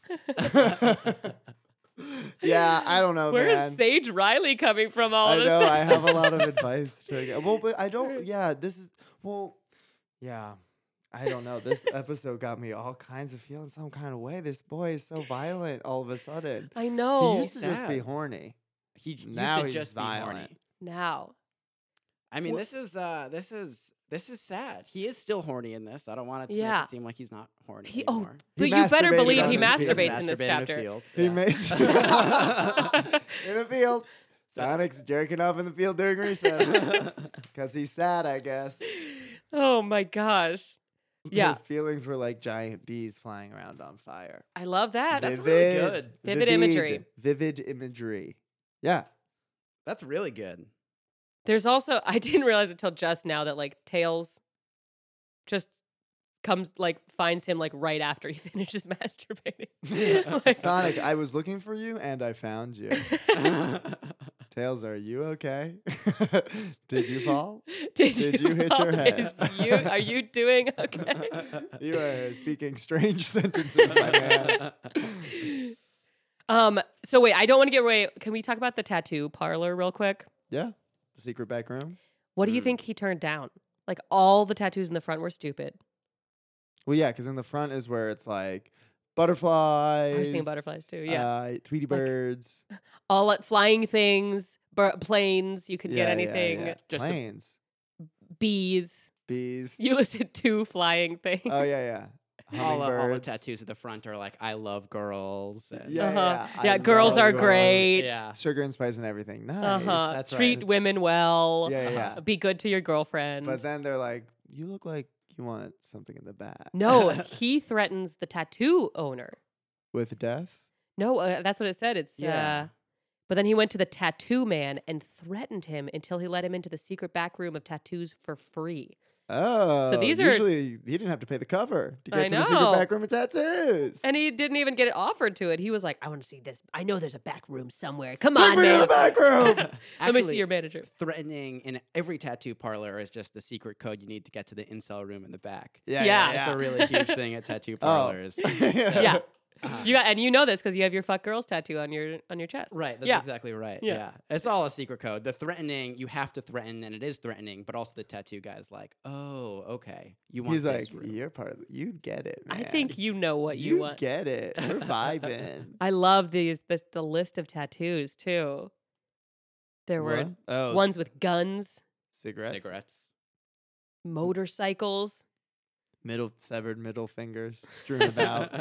[SPEAKER 2] yeah, I don't know,
[SPEAKER 1] Where is
[SPEAKER 2] Oh, man.
[SPEAKER 1] Sage Riley coming from all
[SPEAKER 2] I
[SPEAKER 1] of a
[SPEAKER 2] know
[SPEAKER 1] sudden?
[SPEAKER 2] I have a lot of advice to get. Well, but I don't. Yeah, this is well. Yeah, I don't know. This episode got me all kinds of feeling some kind of way. This boy is so violent all of a sudden.
[SPEAKER 1] I
[SPEAKER 2] he
[SPEAKER 1] know.
[SPEAKER 2] used to just be
[SPEAKER 3] sad.
[SPEAKER 2] horny.
[SPEAKER 3] He j- used
[SPEAKER 2] Now
[SPEAKER 3] to
[SPEAKER 2] he's
[SPEAKER 3] just be horny.
[SPEAKER 2] violent.
[SPEAKER 1] now.
[SPEAKER 3] I mean,
[SPEAKER 1] Wha-
[SPEAKER 3] this is uh, this is this is sad. He is still horny in this. I don't want it to
[SPEAKER 1] Yeah.
[SPEAKER 3] make it seem like he's not horny.
[SPEAKER 1] He, oh,
[SPEAKER 3] anymore.
[SPEAKER 1] but you better
[SPEAKER 2] masturbated
[SPEAKER 1] believe
[SPEAKER 2] on
[SPEAKER 1] he
[SPEAKER 2] his penis.
[SPEAKER 1] masturbates in this
[SPEAKER 3] Masturbated
[SPEAKER 1] chapter.
[SPEAKER 3] field.
[SPEAKER 2] He
[SPEAKER 3] Yeah.
[SPEAKER 2] makes in a field. Sonic's jerking off in the field during recess because he's sad, I guess.
[SPEAKER 1] Oh my gosh. Yeah.
[SPEAKER 2] His feelings were like giant bees flying around on fire.
[SPEAKER 1] I love that.
[SPEAKER 3] That's really good.
[SPEAKER 1] Vivid imagery.
[SPEAKER 2] Vivid imagery. Yeah.
[SPEAKER 3] That's really good.
[SPEAKER 1] There's also I didn't realize until just now that like Tails just comes like finds him like right after he finishes masturbating. Like-
[SPEAKER 2] Sonic, I was looking for you and I found you. Tails, are you okay? Did you fall?
[SPEAKER 1] Did,
[SPEAKER 2] Did
[SPEAKER 1] you,
[SPEAKER 2] you hit
[SPEAKER 1] fall?
[SPEAKER 2] your head?
[SPEAKER 1] Is you are you doing okay?
[SPEAKER 2] You are speaking strange sentences, my man.
[SPEAKER 1] um so wait, I don't want to get away. Can we talk about the tattoo parlor real quick?
[SPEAKER 2] Yeah. The secret back room.
[SPEAKER 1] What
[SPEAKER 2] Mm.
[SPEAKER 1] do you think he turned down? Like all the tattoos in the front were stupid.
[SPEAKER 2] Well, yeah, because in the front is where it's like butterflies.
[SPEAKER 1] butterflies too, yeah.
[SPEAKER 2] Uh, Tweety birds.
[SPEAKER 1] All at flying things, bur- planes, you could
[SPEAKER 2] Yeah,
[SPEAKER 1] get
[SPEAKER 2] yeah,
[SPEAKER 1] anything,
[SPEAKER 2] yeah.
[SPEAKER 3] Just a-
[SPEAKER 2] Planes.
[SPEAKER 1] bees.
[SPEAKER 2] Bees.
[SPEAKER 1] You listed two flying things.
[SPEAKER 2] oh, yeah, yeah.
[SPEAKER 3] all, the, all the
[SPEAKER 2] Hummingbirds.
[SPEAKER 3] tattoos at the front are like "I love girls." And
[SPEAKER 2] Yeah,
[SPEAKER 1] Uh-huh.
[SPEAKER 2] yeah. I
[SPEAKER 1] Yeah, girls
[SPEAKER 2] love
[SPEAKER 1] are
[SPEAKER 2] girls.
[SPEAKER 1] great.
[SPEAKER 3] yeah.
[SPEAKER 2] Sugar and spice and everything. Nice.
[SPEAKER 1] Uh huh.
[SPEAKER 3] That's right.
[SPEAKER 1] Treat women well.
[SPEAKER 2] Yeah, yeah, yeah.
[SPEAKER 1] Be good to your girlfriend.
[SPEAKER 2] But then they're like, you look like you want something in the back.
[SPEAKER 1] no, he threatens the tattoo owner.
[SPEAKER 2] With death?
[SPEAKER 1] No, uh, that's what it said. It's
[SPEAKER 3] Yeah.
[SPEAKER 1] uh but then he went to the tattoo man and threatened him until he let him into the secret back room of tattoos for free.
[SPEAKER 2] Oh.
[SPEAKER 1] these are-
[SPEAKER 2] usually he didn't have to pay the cover to get
[SPEAKER 1] I
[SPEAKER 2] to the secret
[SPEAKER 1] know.
[SPEAKER 2] back room of tattoos.
[SPEAKER 1] And he didn't even get it offered to it. He was like, I want to see this. I know there's a back room somewhere. Come
[SPEAKER 2] Take
[SPEAKER 1] on,
[SPEAKER 2] me to
[SPEAKER 1] man.
[SPEAKER 2] the back room.
[SPEAKER 1] Let me see
[SPEAKER 3] Actually,
[SPEAKER 1] your manager.
[SPEAKER 3] Threatening in every tattoo parlor is just the secret code you need to get to the incel room in the back.
[SPEAKER 1] Yeah, yeah,
[SPEAKER 3] That's
[SPEAKER 1] yeah.
[SPEAKER 3] a really huge thing at tattoo
[SPEAKER 2] Oh.
[SPEAKER 3] parlors.
[SPEAKER 1] yeah.
[SPEAKER 2] uh,
[SPEAKER 1] You got, and you know this because you have your fuck girls tattoo on your on your chest.
[SPEAKER 3] Right. That's
[SPEAKER 1] yeah.
[SPEAKER 3] exactly right.
[SPEAKER 1] Yeah.
[SPEAKER 3] Yeah. It's all a secret code. The threatening, you have to threaten, and it is threatening, but also the tattoo guy's like, oh, okay. You want
[SPEAKER 2] He's
[SPEAKER 3] this
[SPEAKER 2] like,
[SPEAKER 3] room."
[SPEAKER 2] you're part of the, you get it,
[SPEAKER 1] I
[SPEAKER 2] man.
[SPEAKER 1] think you know what you, want.
[SPEAKER 2] get it. We're vibing.
[SPEAKER 1] I love these the, the list of tattoos too. There were
[SPEAKER 2] What? oh,
[SPEAKER 1] ones with guns,
[SPEAKER 2] cigarettes.
[SPEAKER 3] Cigarettes.
[SPEAKER 1] motorcycles.
[SPEAKER 2] Middle severed middle fingers strewn about.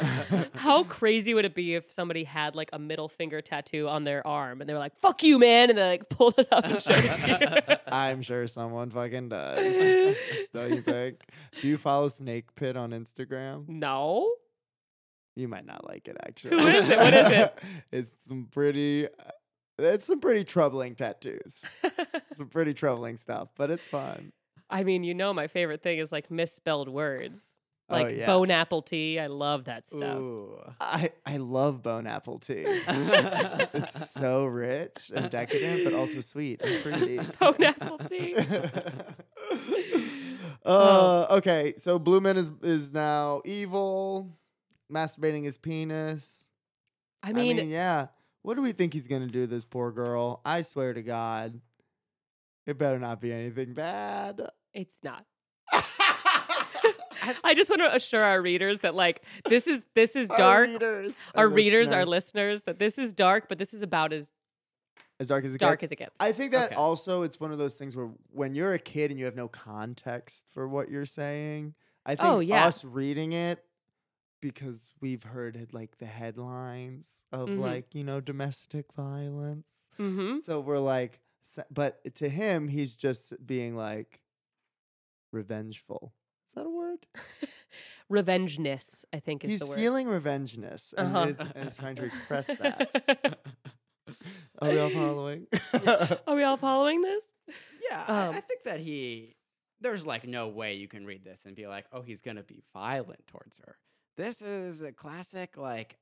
[SPEAKER 1] How crazy would it be if somebody had like a middle finger tattoo on their arm and they were like, "Fuck you, man," and they like pulled it up and showed it
[SPEAKER 2] I'm sure someone fucking does.
[SPEAKER 1] to you?
[SPEAKER 2] Don't you think? Do you follow Snake Pit on Instagram?
[SPEAKER 1] no.
[SPEAKER 2] You might not like it actually.
[SPEAKER 1] Who is it? What is it?
[SPEAKER 2] it's some pretty uh, it's some pretty troubling tattoos. some pretty troubling stuff, but it's fun.
[SPEAKER 1] I mean, you know, my favorite thing is like misspelled words,
[SPEAKER 2] Oh,
[SPEAKER 1] like
[SPEAKER 2] yeah.
[SPEAKER 1] bone apple tea. I love that stuff.
[SPEAKER 3] Ooh.
[SPEAKER 2] I, I love bone apple tea. it's so rich and decadent, but also sweet and pretty.
[SPEAKER 1] Bone apple tea.
[SPEAKER 2] uh,
[SPEAKER 1] Oh.
[SPEAKER 2] okay, so Blue Man is is now evil, masturbating his penis.
[SPEAKER 1] I mean,
[SPEAKER 2] yeah. What do we think he's gonna do to this poor girl? I swear to God, it better not be anything bad.
[SPEAKER 1] it's not. I just want to assure our readers that like this is this is dark.
[SPEAKER 2] Our readers,
[SPEAKER 1] Our
[SPEAKER 2] and
[SPEAKER 1] readers, our listeners, that this is dark, but this is about as
[SPEAKER 2] as dark as it
[SPEAKER 1] dark
[SPEAKER 2] gets.
[SPEAKER 1] as it gets.
[SPEAKER 2] I think that
[SPEAKER 3] Okay.
[SPEAKER 2] also it's one of those things where when you're a kid and you have no context for what you're saying, I think
[SPEAKER 1] Oh, yeah.
[SPEAKER 2] us reading it because we've heard it, like the headlines of
[SPEAKER 1] Mhm.
[SPEAKER 2] like you know domestic violence.
[SPEAKER 1] mm-hmm.
[SPEAKER 2] So we're like, s- but to him, he's just being like revengeful. Is that a word?
[SPEAKER 1] revengeness i think is
[SPEAKER 2] he's
[SPEAKER 1] the word
[SPEAKER 2] feeling revengeness and,
[SPEAKER 1] Uh-huh.
[SPEAKER 2] is, and is trying to express that. Are we all following?
[SPEAKER 1] are we all following this
[SPEAKER 3] Yeah. I-
[SPEAKER 1] Um,
[SPEAKER 3] I, think that he, there's like no way you can read this and be like, oh, he's going to be violent towards her. This is a classic, like,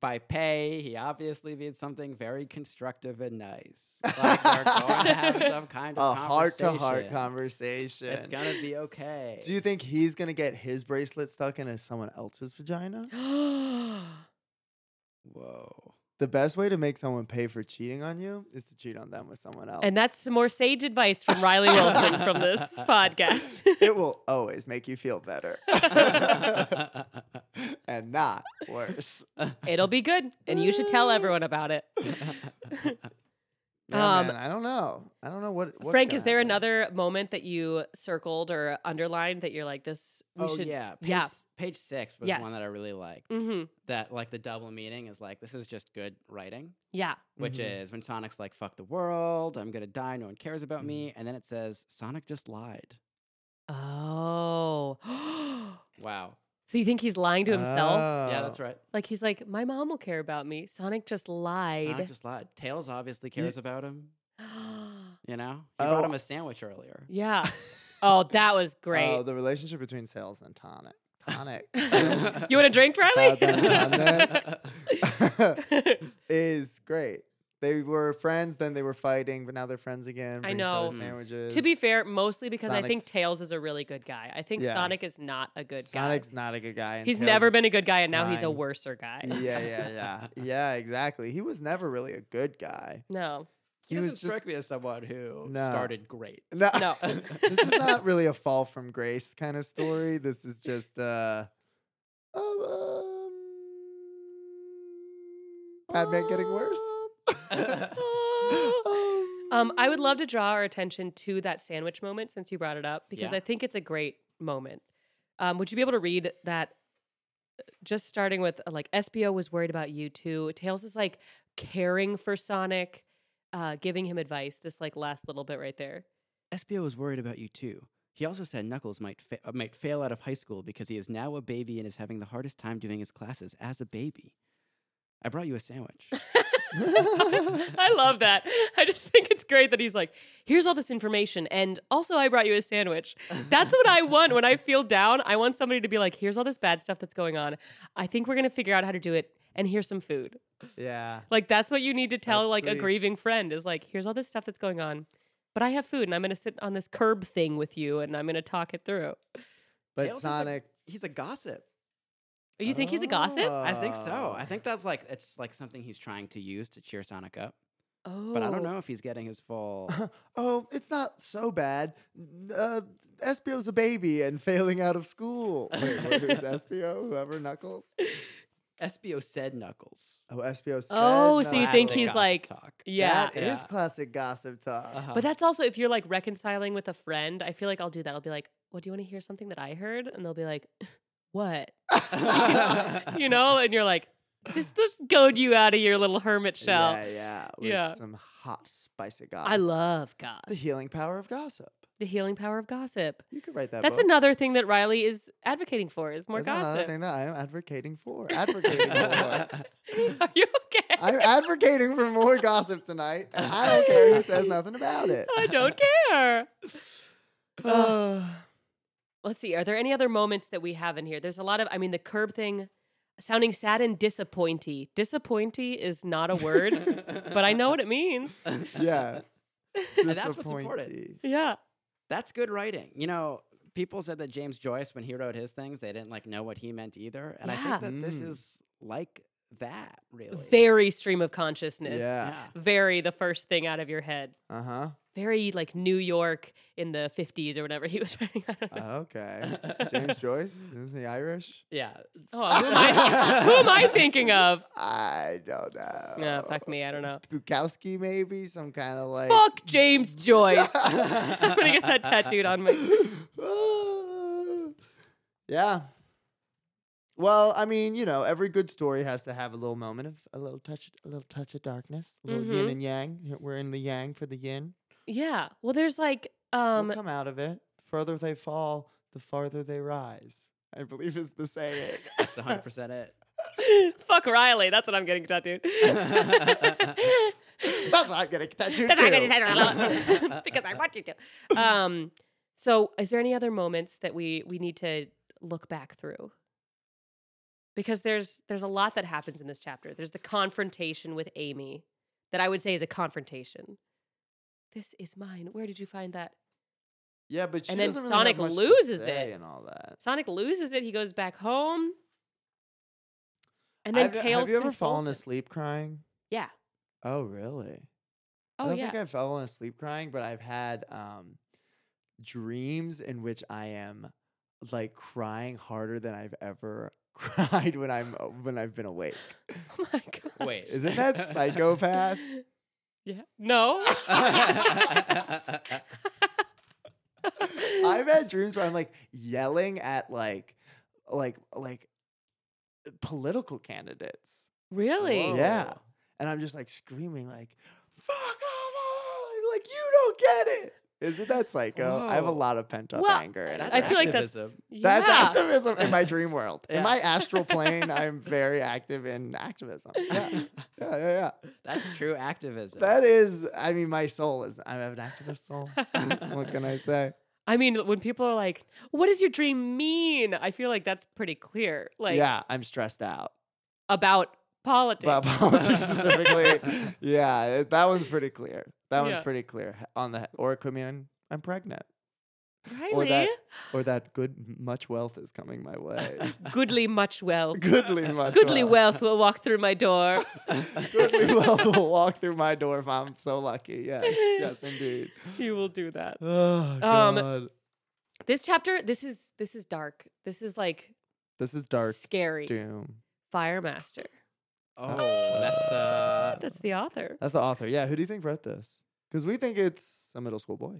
[SPEAKER 3] by pay, he obviously did something very constructive and nice. Like they're going to have some kind
[SPEAKER 2] a
[SPEAKER 3] of
[SPEAKER 2] heart to heart conversation.
[SPEAKER 3] conversation. It's gonna be okay.
[SPEAKER 2] Do you think he's gonna get his Oh. bracelet stuck in someone else's vagina?
[SPEAKER 3] Whoa.
[SPEAKER 2] the best way to make someone pay for cheating on you is to cheat on them with someone else.
[SPEAKER 1] And that's some more sage advice from Riley Wilson from this podcast.
[SPEAKER 2] it will always make you feel better and not worse.
[SPEAKER 1] It'll be good, and you should tell everyone about it.
[SPEAKER 2] Yeah,
[SPEAKER 1] Um,
[SPEAKER 2] man, I don't know. I don't know what. what's
[SPEAKER 1] Frank,
[SPEAKER 2] gonna
[SPEAKER 1] is there
[SPEAKER 2] happen.
[SPEAKER 1] another moment that you circled or underlined that you're like, this, we
[SPEAKER 3] oh
[SPEAKER 1] should.
[SPEAKER 3] yeah, page,
[SPEAKER 1] yeah.
[SPEAKER 3] s- Page six was one
[SPEAKER 1] Yes.
[SPEAKER 3] that I really liked.
[SPEAKER 1] hmm
[SPEAKER 3] That like the double meaning is like this is just good writing,
[SPEAKER 1] Yeah.
[SPEAKER 3] which
[SPEAKER 2] Mhm.
[SPEAKER 3] is when Sonic's like "fuck the world," I'm gonna die, no one cares about me,
[SPEAKER 2] Mm-hmm.
[SPEAKER 3] and then it says Sonic just lied.
[SPEAKER 1] Oh.
[SPEAKER 3] Wow.
[SPEAKER 1] so you think he's lying to himself?
[SPEAKER 3] yeah,
[SPEAKER 2] Oh.
[SPEAKER 3] that's right.
[SPEAKER 1] like he's like, my mom will care about me. Sonic just
[SPEAKER 3] Sonic
[SPEAKER 1] lied.
[SPEAKER 3] just lied. Tails obviously cares about him. You know, he
[SPEAKER 2] Oh.
[SPEAKER 3] brought him a sandwich earlier.
[SPEAKER 1] yeah. Oh, that was great.
[SPEAKER 2] Oh, the relationship between sales and tonic. Tonic.
[SPEAKER 1] you want a drink, Riley?
[SPEAKER 2] About is great. They were friends, then they were fighting, but now they're friends again. bring each other
[SPEAKER 1] know.
[SPEAKER 3] Mm.
[SPEAKER 2] Sandwiches.
[SPEAKER 1] to be fair, mostly because I think
[SPEAKER 2] Sonic's-
[SPEAKER 1] Tails is a really good guy. I think
[SPEAKER 2] Yeah.
[SPEAKER 1] Sonic is not a good
[SPEAKER 2] Sonic's
[SPEAKER 1] guy.
[SPEAKER 2] not a good guy. and
[SPEAKER 1] He's
[SPEAKER 2] Tails
[SPEAKER 1] never
[SPEAKER 2] is-
[SPEAKER 1] been a good guy, and now he's a
[SPEAKER 2] fine.
[SPEAKER 1] worser guy.
[SPEAKER 2] Yeah, yeah, yeah, yeah. Exactly. He was never really a good guy.
[SPEAKER 1] No.
[SPEAKER 3] He,
[SPEAKER 2] He
[SPEAKER 3] doesn't
[SPEAKER 2] was
[SPEAKER 3] strike
[SPEAKER 2] just-
[SPEAKER 3] me as someone who
[SPEAKER 2] No.
[SPEAKER 3] started great.
[SPEAKER 2] No,
[SPEAKER 1] No.
[SPEAKER 2] this is not really a fall from grace kind of story. This is just uh, uh, um, Pac-Man getting worse.
[SPEAKER 1] Um, I would love to draw our attention to that sandwich moment since you brought it up because
[SPEAKER 3] Yeah.
[SPEAKER 1] I think it's a great moment. Um, would you be able to read that? uh, Just starting with uh, like SBO was worried about you too. Tails is like caring for Sonic, uh, giving him advice. This like last little bit right there.
[SPEAKER 3] SBO was worried about you too. He also said Knuckles might fa- uh, might fail out of high school because he is now a baby and is having the hardest time doing his classes as a baby. I brought you a sandwich.
[SPEAKER 1] I love that. I just think it's great that he's like, here's all this information. And also, I brought you a sandwich. That's what I want when I feel down. I want somebody to be like, here's all this bad stuff that's going on. I think we're going to figure out how to do it. And here's some food.
[SPEAKER 2] Yeah.
[SPEAKER 1] Like, that's what you need to tell,
[SPEAKER 2] That's
[SPEAKER 1] like, a
[SPEAKER 2] sweet.
[SPEAKER 1] grieving friend is like, here's all this stuff that's going on. But I have food and I'm going to sit on this curb thing with you and I'm going to talk it through.
[SPEAKER 2] But
[SPEAKER 3] Tails is a-
[SPEAKER 2] Sonic.
[SPEAKER 3] He's a gossip.
[SPEAKER 1] You think he's a gossip?
[SPEAKER 3] I think so.
[SPEAKER 2] Oh.
[SPEAKER 3] I think that's like it's like something he's trying to use to cheer Sonic up.
[SPEAKER 1] Oh.
[SPEAKER 3] But I don't know if he's getting his full.
[SPEAKER 2] Oh, it's not so bad. Uh, SBO's a baby and failing out of school. Wait, what, who's SBO? Whoever Knuckles?
[SPEAKER 3] SBO said Knuckles.
[SPEAKER 2] Oh, SBO. Said
[SPEAKER 1] Oh, so you think
[SPEAKER 2] Knuckles.
[SPEAKER 3] Classic
[SPEAKER 1] he's
[SPEAKER 3] gossip
[SPEAKER 1] like-
[SPEAKER 3] talk.
[SPEAKER 1] Oh, Yeah.
[SPEAKER 2] That is
[SPEAKER 3] Yeah.
[SPEAKER 2] classic gossip talk.
[SPEAKER 3] Uh-huh.
[SPEAKER 1] But that's also if you're like reconciling with a friend, I feel like I'll do that. I'll be like, "Well, do you want to hear something that I heard?" And they'll be like, "What?" you know, and you're like, "Just just goad you out of your little hermit shell."
[SPEAKER 2] Yeah, yeah. With
[SPEAKER 1] Yeah.
[SPEAKER 2] some hot, spicy gossip.
[SPEAKER 1] I love gossip.
[SPEAKER 2] the healing power of gossip.
[SPEAKER 1] The healing power of gossip.
[SPEAKER 2] You could write that.
[SPEAKER 1] That's
[SPEAKER 2] book.
[SPEAKER 1] another thing that Riley is advocating for is more
[SPEAKER 2] That's another
[SPEAKER 1] gossip.
[SPEAKER 2] thing that I am advocating for. Advocating for.
[SPEAKER 1] Are you okay?
[SPEAKER 2] I'm advocating for more gossip tonight. and I don't care who says nothing about it.
[SPEAKER 1] I don't care.
[SPEAKER 2] Uh,
[SPEAKER 1] Let's see. Are there any other moments that we have in here? There's a lot of, I mean, the curb thing sounding sad and disappointy. Disappointy is not a word, but I know what it means.
[SPEAKER 2] yeah.
[SPEAKER 3] And that's what's important.
[SPEAKER 2] Disappointing.
[SPEAKER 1] Yeah.
[SPEAKER 3] That's good writing. You know, people said that James Joyce, when he wrote his things, they didn't like know what he meant either. And I
[SPEAKER 1] Yeah.
[SPEAKER 3] think that this
[SPEAKER 2] Mm.
[SPEAKER 3] is like that, really.
[SPEAKER 1] Very stream of consciousness.
[SPEAKER 2] Yeah.
[SPEAKER 3] Yeah.
[SPEAKER 1] Very the first thing out of your head.
[SPEAKER 2] Uh huh.
[SPEAKER 1] Very like New York in the 50s or whatever he was writing. I
[SPEAKER 2] Uh.
[SPEAKER 1] don't know.
[SPEAKER 2] Okay. James Joyce isn't he Irish?
[SPEAKER 3] Yeah.
[SPEAKER 1] oh, who am, I, who am I thinking of?
[SPEAKER 2] I don't know.
[SPEAKER 1] No, fuck me. I don't know.
[SPEAKER 2] Bukowski, maybe some kind of like.
[SPEAKER 1] Fuck James Joyce. I'm going to get that tattooed on my.
[SPEAKER 2] Ah. yeah. Well, I mean, you know, every good story has to have a little moment of a little touch, a little touch of darkness, a little yin
[SPEAKER 1] Mhm.
[SPEAKER 2] and yang. Here- We're in the yang for the yin.
[SPEAKER 1] Yeah. Well, there's like, um,
[SPEAKER 2] we'll come out of it. Further they fall, the farther they rise. I believe is the saying.
[SPEAKER 3] That's 100% it.
[SPEAKER 1] Fuck Riley. That's what I'm getting tattooed.
[SPEAKER 2] That's what I'm getting tattooed
[SPEAKER 8] That's
[SPEAKER 2] too.
[SPEAKER 8] what I'm gonna
[SPEAKER 3] too.
[SPEAKER 8] because I want you to.
[SPEAKER 1] um, so is there any other moments that we we need to look back through? Because there's there's a lot that happens in this chapter. There's the confrontation with Amy that I would say is a confrontation. This is mine. Where did you find that?
[SPEAKER 2] yeah, but she
[SPEAKER 1] And then
[SPEAKER 2] doesn't really
[SPEAKER 1] Sonic
[SPEAKER 2] have much to
[SPEAKER 1] loses
[SPEAKER 2] say
[SPEAKER 1] it.
[SPEAKER 2] and all that.
[SPEAKER 1] Sonic loses it. He goes back home. And then
[SPEAKER 2] I've- e-,
[SPEAKER 1] Tails
[SPEAKER 2] Have you ever
[SPEAKER 1] consoles
[SPEAKER 2] fallen
[SPEAKER 1] him.
[SPEAKER 2] asleep crying?
[SPEAKER 1] Yeah.
[SPEAKER 2] Oh, really? I
[SPEAKER 1] Oh
[SPEAKER 2] don't
[SPEAKER 1] yeah.
[SPEAKER 2] think I've fallen asleep crying, but I've had um, dreams in which I am like crying harder than I've ever cried when I'm uh, when I've been awake.
[SPEAKER 1] oh my god.
[SPEAKER 3] Wait.
[SPEAKER 2] Isn't that psychopath?
[SPEAKER 1] Yeah. No.
[SPEAKER 2] I've had dreams where I'm like yelling at like like like uh, political candidates.
[SPEAKER 1] really?
[SPEAKER 3] Whoa.
[SPEAKER 2] Yeah. And I'm just like screaming like fuck all I'm like you don't get it. Isn't that psycho? I have a
[SPEAKER 3] Whoa.
[SPEAKER 2] lot of pent up
[SPEAKER 1] Well,
[SPEAKER 2] anger and
[SPEAKER 1] I feel like that's
[SPEAKER 3] Activism.
[SPEAKER 1] yeah.
[SPEAKER 2] That's activism in my dream world. In
[SPEAKER 3] Yeah.
[SPEAKER 2] my astral plane, I'm very active in activism. Yeah. Yeah, yeah, yeah.
[SPEAKER 3] That's true activism.
[SPEAKER 2] That is, I mean, my soul is, I have an activist soul. what can I say?
[SPEAKER 1] I mean, when people are like, "What does your dream mean?" I feel like that's pretty clear. Like
[SPEAKER 2] yeah, I'm stressed out.
[SPEAKER 1] about politics.
[SPEAKER 2] About politics specifically. Yeah, it- that one's pretty clear. That
[SPEAKER 1] Yeah.
[SPEAKER 2] one's pretty clear on the, or it could mean I'm, I'm pregnant, or
[SPEAKER 1] Really?
[SPEAKER 2] that, or that good, much wealth is coming my way.
[SPEAKER 1] Goodly much wealth.
[SPEAKER 2] Goodly much.
[SPEAKER 1] Goodly wealth will walk through my door.
[SPEAKER 2] Goodly wealth will walk through my door if I'm so lucky. Yes, yes, indeed.
[SPEAKER 1] you will do that.
[SPEAKER 2] Oh
[SPEAKER 1] Um,
[SPEAKER 2] god.
[SPEAKER 1] This chapter, this is this is dark. This is like
[SPEAKER 2] this is dark
[SPEAKER 1] scary.
[SPEAKER 2] doom.
[SPEAKER 1] Fire Master.
[SPEAKER 3] oh, that's the.
[SPEAKER 1] That's the author.
[SPEAKER 2] That's the author. Yeah, who do you think wrote this? Because we think it's a middle school boy,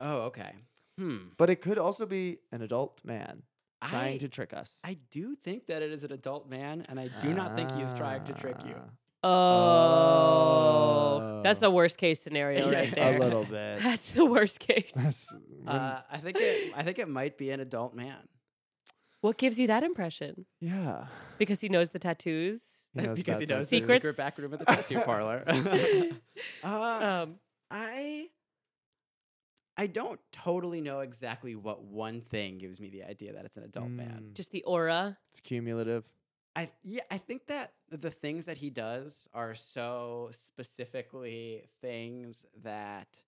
[SPEAKER 3] Oh, okay. Hmm.
[SPEAKER 2] but it could also be an adult man trying
[SPEAKER 3] I,
[SPEAKER 2] to trick us.
[SPEAKER 3] I do think that it is an adult man, and I do not think he is trying to trick you.
[SPEAKER 2] Ah,
[SPEAKER 1] Oh, that's
[SPEAKER 2] Oh.
[SPEAKER 1] the worst case scenario right
[SPEAKER 3] Yeah.
[SPEAKER 1] there.
[SPEAKER 2] A little bit.
[SPEAKER 1] That's the worst case.
[SPEAKER 2] That's-
[SPEAKER 3] Uh, I think it. I think it might be an adult man
[SPEAKER 1] What gives you that impression?
[SPEAKER 2] yeah.
[SPEAKER 1] Because he knows the tattoos.
[SPEAKER 3] because he
[SPEAKER 2] that's
[SPEAKER 3] knows
[SPEAKER 2] it.
[SPEAKER 3] the secret
[SPEAKER 1] Secrets.
[SPEAKER 3] back room of the tattoo parlor. uh,
[SPEAKER 1] um,
[SPEAKER 3] I. I don't totally know exactly what one thing gives me the idea that it's an adult man.
[SPEAKER 2] Mm,
[SPEAKER 1] just the aura.
[SPEAKER 2] It's cumulative.
[SPEAKER 3] I yeah, I think that the things that he does are so specifically things that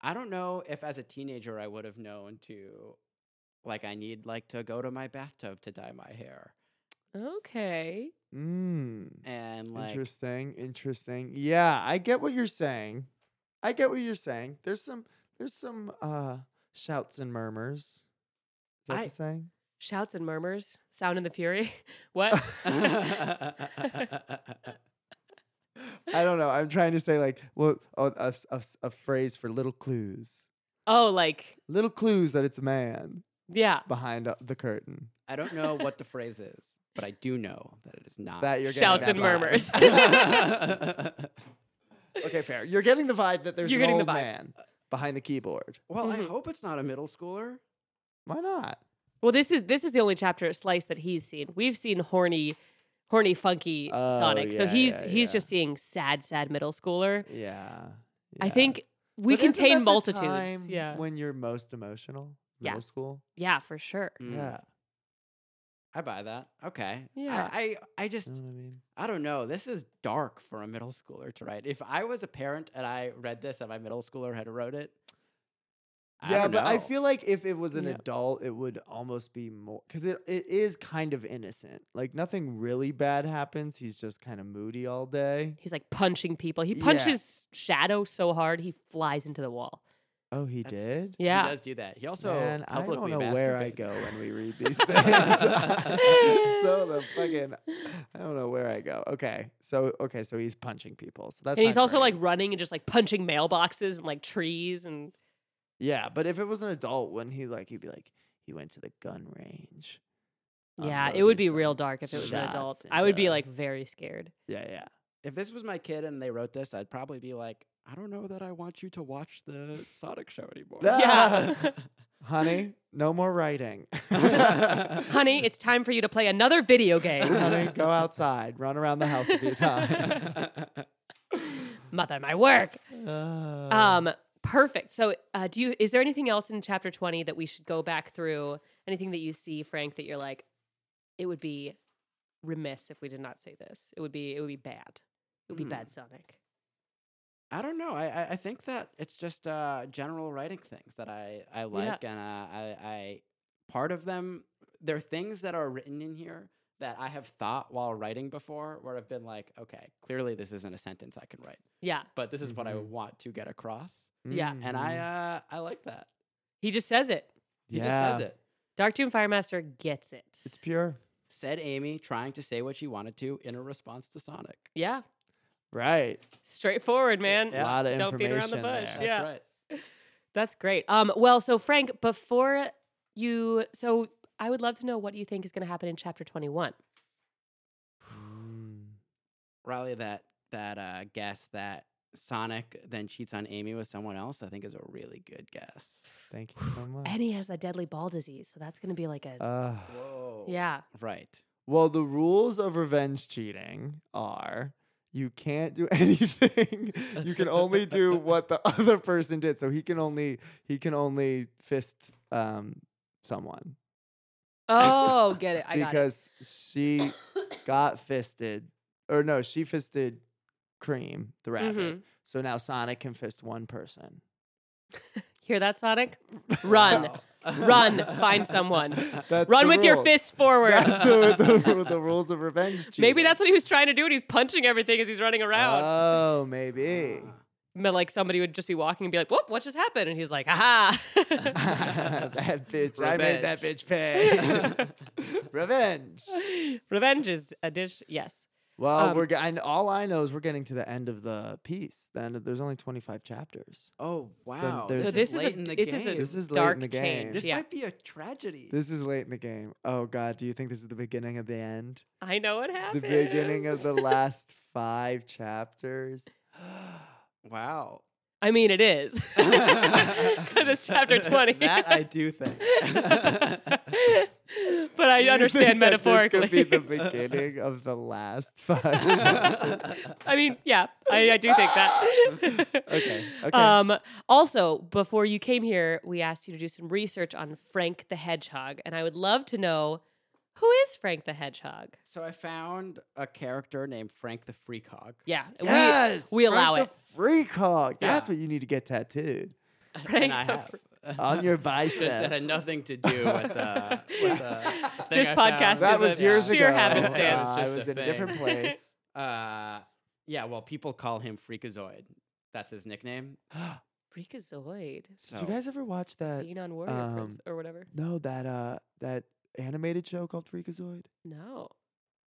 [SPEAKER 3] I don't know if as a teenager I would have known to like I need like to go to my bathtub to dye my hair.
[SPEAKER 1] Okay.
[SPEAKER 2] Mm,
[SPEAKER 3] And like
[SPEAKER 2] interesting. Interesting. Yeah, I get what you're saying. I get what you're saying. There's some. There's some uh, shouts and murmurs. Is that
[SPEAKER 3] I-
[SPEAKER 2] the saying?
[SPEAKER 1] Shouts and murmurs, sound and the fury. What?
[SPEAKER 2] I don't know. I'm trying to say like what a, a s- a s- a phrase for little clues,
[SPEAKER 1] oh, like
[SPEAKER 2] little clues that it's a man
[SPEAKER 1] yeah.
[SPEAKER 2] behind uh, the curtain.
[SPEAKER 3] I don't know what the phrase is, but I do know that it is not
[SPEAKER 2] That you're getting
[SPEAKER 1] Ah, Shouts
[SPEAKER 2] that
[SPEAKER 1] and
[SPEAKER 2] vibe.
[SPEAKER 1] murmurs.
[SPEAKER 2] okay, fair. You're getting the vibe that there's
[SPEAKER 1] You're
[SPEAKER 2] an
[SPEAKER 1] getting
[SPEAKER 2] old
[SPEAKER 1] the vibe.
[SPEAKER 2] man behind the keyboard.
[SPEAKER 3] well, I
[SPEAKER 1] Mhm.
[SPEAKER 3] hope it's not a middle schooler.
[SPEAKER 2] Why not?
[SPEAKER 1] Well, this is this is the only chapter at slice that he's seen. We've seen horny, horny, funky
[SPEAKER 2] Oh,
[SPEAKER 1] Sonic. so
[SPEAKER 2] yeah,
[SPEAKER 1] he's
[SPEAKER 2] yeah,
[SPEAKER 1] he's
[SPEAKER 2] yeah.
[SPEAKER 1] just seeing sad, sad middle schooler.
[SPEAKER 2] Yeah.
[SPEAKER 1] I
[SPEAKER 2] yeah.
[SPEAKER 1] think we
[SPEAKER 2] But isn't that
[SPEAKER 1] contain
[SPEAKER 2] the
[SPEAKER 1] multitudes.
[SPEAKER 2] time
[SPEAKER 1] Yeah.
[SPEAKER 2] When you're most emotional,
[SPEAKER 1] Yeah.
[SPEAKER 2] middle school.
[SPEAKER 1] yeah, for sure.
[SPEAKER 3] Mm,
[SPEAKER 2] Yeah.
[SPEAKER 3] I buy that. Okay.
[SPEAKER 1] Yeah.
[SPEAKER 3] I, I, I just
[SPEAKER 2] You know what I mean?
[SPEAKER 3] I don't know. This is dark for a middle schooler to write. If I was a parent and I read this and my middle schooler had wrote it, I
[SPEAKER 2] yeah,
[SPEAKER 3] don't
[SPEAKER 2] but I
[SPEAKER 3] know.
[SPEAKER 2] feel like if it was an
[SPEAKER 1] Yeah.
[SPEAKER 2] adult, it would almost be more because it, it is kind of innocent. Like nothing really bad happens. He's just kind of moody all day.
[SPEAKER 1] He's like punching people. He
[SPEAKER 2] Yeah.
[SPEAKER 1] punches Shadow so hard he flies into the wall.
[SPEAKER 2] Oh, he
[SPEAKER 3] That's-
[SPEAKER 2] did.
[SPEAKER 1] Yeah.
[SPEAKER 3] he does do that. He also
[SPEAKER 2] Man, I don't
[SPEAKER 3] publicly
[SPEAKER 2] know where I
[SPEAKER 3] masturbates.
[SPEAKER 2] go when we read these things. so the fucking I don't know where I go. Okay, so okay, so he's punching people. So that's
[SPEAKER 1] and he's
[SPEAKER 2] not
[SPEAKER 1] also
[SPEAKER 2] great.
[SPEAKER 1] like running and just like punching mailboxes and like trees and
[SPEAKER 2] Yeah, but if it was an adult, wouldn't he like he'd be like he went to the gun range. Um,
[SPEAKER 1] yeah,
[SPEAKER 2] that
[SPEAKER 1] it
[SPEAKER 2] would
[SPEAKER 1] would
[SPEAKER 2] be
[SPEAKER 1] be real
[SPEAKER 2] some
[SPEAKER 1] dark if it was an
[SPEAKER 2] shots
[SPEAKER 1] adult. I would be
[SPEAKER 2] into-
[SPEAKER 1] like very scared.
[SPEAKER 2] Yeah, yeah.
[SPEAKER 3] If this was my kid and they wrote this, I'd probably be like, I don't know that I want you to watch the Sonic show anymore.
[SPEAKER 1] Yeah.
[SPEAKER 2] Honey, no more writing.
[SPEAKER 1] Honey, it's time for you to play another video game.
[SPEAKER 2] Honey, go outside, run around the house a few times.
[SPEAKER 1] Mother, my work.
[SPEAKER 2] Uh,
[SPEAKER 1] Um, perfect. So, uh, do you? Is there anything else in chapter twenty that we should go back through? Anything that you see, Frank, that you're like, it would be remiss if we did not say this. It would be. It would be bad. It would be
[SPEAKER 3] Hmm.
[SPEAKER 1] bad, Sonic.
[SPEAKER 3] I don't know. I, I, I think that it's just uh, general writing things that I, I like. And uh, I, I, part of them, there are things that are written in here that I have thought while writing before, where I've been like, okay, clearly this isn't a sentence I can write,
[SPEAKER 1] Yeah.
[SPEAKER 3] but this is what I
[SPEAKER 2] Mhm.
[SPEAKER 3] want to get across,
[SPEAKER 1] Yeah.
[SPEAKER 2] Mm.
[SPEAKER 3] and I uh, I like that.
[SPEAKER 1] He just says it.
[SPEAKER 3] He just says it.
[SPEAKER 1] Dark Doom Firemaster gets it.
[SPEAKER 2] It's pure.
[SPEAKER 3] Said Amy, trying to say what she wanted to in a response to Sonic.
[SPEAKER 1] yeah.
[SPEAKER 2] Right.
[SPEAKER 1] Straightforward, man.
[SPEAKER 2] A lot of
[SPEAKER 1] Don't beat around the
[SPEAKER 2] information
[SPEAKER 1] bush.
[SPEAKER 2] there.
[SPEAKER 3] That's
[SPEAKER 1] Yeah.
[SPEAKER 3] right.
[SPEAKER 1] That's great. Um, well, so Frank, before you, so I would love to know what you think is going to happen in chapter 21.
[SPEAKER 2] Mm.
[SPEAKER 3] Riley, that that uh, guess that Sonic then cheats on Amy with someone else, I think is a really good guess.
[SPEAKER 2] Thank you so much.
[SPEAKER 1] And he has that deadly ball disease. So that's going to be like a,
[SPEAKER 2] Uh,
[SPEAKER 3] Whoa.
[SPEAKER 1] yeah.
[SPEAKER 3] Right.
[SPEAKER 2] well, the rules of revenge cheating are you can't do anything. you can only do what the other person did. So he can only he can only fist um someone
[SPEAKER 1] Oh, get it. I got it.
[SPEAKER 2] because she got fisted or no, she fisted Cream the rabbit.
[SPEAKER 1] Mhm.
[SPEAKER 2] So now Sonic can fist one person.
[SPEAKER 1] Hear that, Sonic? Run. Run. Find someone.
[SPEAKER 2] That's
[SPEAKER 1] Run
[SPEAKER 2] the
[SPEAKER 1] with your
[SPEAKER 2] rules.
[SPEAKER 1] fists forward.
[SPEAKER 2] That's the, the, the rules of revenge cheating.
[SPEAKER 1] Maybe that's what he was trying to do, and he's punching everything as he's running around.
[SPEAKER 2] Oh, maybe.
[SPEAKER 1] But like somebody would just be walking and be like, "Whoop, what just happened?" And he's like, "Aha!"
[SPEAKER 2] that bitch. I made that bitch pay. Revenge.
[SPEAKER 1] Revenge is a dish. Yes.
[SPEAKER 2] Well,
[SPEAKER 1] Um,
[SPEAKER 2] we're ge- and all I know is we're getting to the end of the piece. The end of, there's only 25 chapters.
[SPEAKER 3] Oh wow.
[SPEAKER 2] there's-
[SPEAKER 1] so
[SPEAKER 2] This
[SPEAKER 1] this is,
[SPEAKER 3] late
[SPEAKER 1] a
[SPEAKER 3] in the
[SPEAKER 1] it
[SPEAKER 3] game.
[SPEAKER 1] is a
[SPEAKER 2] This is late in
[SPEAKER 1] dark
[SPEAKER 2] the game.
[SPEAKER 1] change.
[SPEAKER 2] This
[SPEAKER 1] yeah,
[SPEAKER 3] be a tragedy.
[SPEAKER 2] This is late in the game. Oh God, do you think this is the beginning of the end?
[SPEAKER 1] I know what happened.
[SPEAKER 2] The beginning of the last five chapters.
[SPEAKER 3] wow.
[SPEAKER 1] I mean, it is because it's chapter twenty.
[SPEAKER 3] that I do think.
[SPEAKER 1] but I
[SPEAKER 2] Do you
[SPEAKER 1] understand
[SPEAKER 2] think that
[SPEAKER 1] metaphorically.
[SPEAKER 2] This could be the beginning of the last five. chapters?
[SPEAKER 1] I mean, yeah, I, I do think that.
[SPEAKER 2] okay. Okay.
[SPEAKER 1] Um, also, before you came here, we asked you to do some research on Frank the Hedgehog, and I would love to know who is Frank the Hedgehog.
[SPEAKER 3] so I found a character named Frank the Freak Hog.
[SPEAKER 1] Yeah, we-
[SPEAKER 2] yes,
[SPEAKER 1] we, allow
[SPEAKER 2] Frank
[SPEAKER 1] it.
[SPEAKER 2] The freak hog. That's
[SPEAKER 3] Yeah.
[SPEAKER 2] what you need to get tattooed
[SPEAKER 1] Frank
[SPEAKER 3] and I
[SPEAKER 1] the
[SPEAKER 3] have.
[SPEAKER 2] on your
[SPEAKER 3] Just that
[SPEAKER 2] bicep.
[SPEAKER 3] had nothing to do with, uh, with uh, thing
[SPEAKER 1] This
[SPEAKER 3] I
[SPEAKER 1] podcast That
[SPEAKER 3] found.
[SPEAKER 2] that
[SPEAKER 1] is was
[SPEAKER 2] was
[SPEAKER 1] a years
[SPEAKER 2] years
[SPEAKER 1] sheer
[SPEAKER 2] ago.
[SPEAKER 1] ago. happenstance.
[SPEAKER 3] Uh,
[SPEAKER 2] I
[SPEAKER 3] It's
[SPEAKER 2] was
[SPEAKER 3] just
[SPEAKER 2] in a different
[SPEAKER 3] thing.
[SPEAKER 2] place.
[SPEAKER 3] Uh, yeah, well, people call him Freakazoid. That's his nickname.
[SPEAKER 1] Freakazoid.
[SPEAKER 3] So
[SPEAKER 2] Did you guys ever watch that?
[SPEAKER 1] Seen on Warrior
[SPEAKER 2] um,
[SPEAKER 1] Prince or whatever.
[SPEAKER 2] No, that uh, that animated show called Freakazoid.
[SPEAKER 1] No,